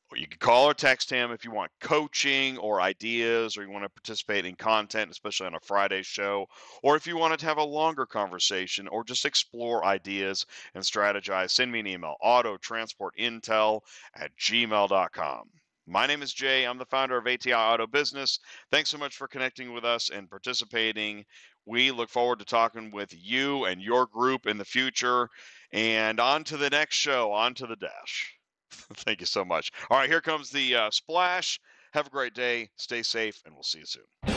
Or you can call or text him if you want coaching or ideas or you want to participate in content, especially on a Friday show, or if you wanted to have a longer conversation or just explore ideas and strategize, send me an email, autotransportintel at gmail.com. My name is Jay. I'm the founder of ATI Auto Business. Thanks so much for connecting with us and participating. We look forward to talking with you and your group in the future. And on to the next show, on to the dash. Thank you so much. All right, here comes the uh, splash. Have a great day. Stay safe, and we'll see you soon.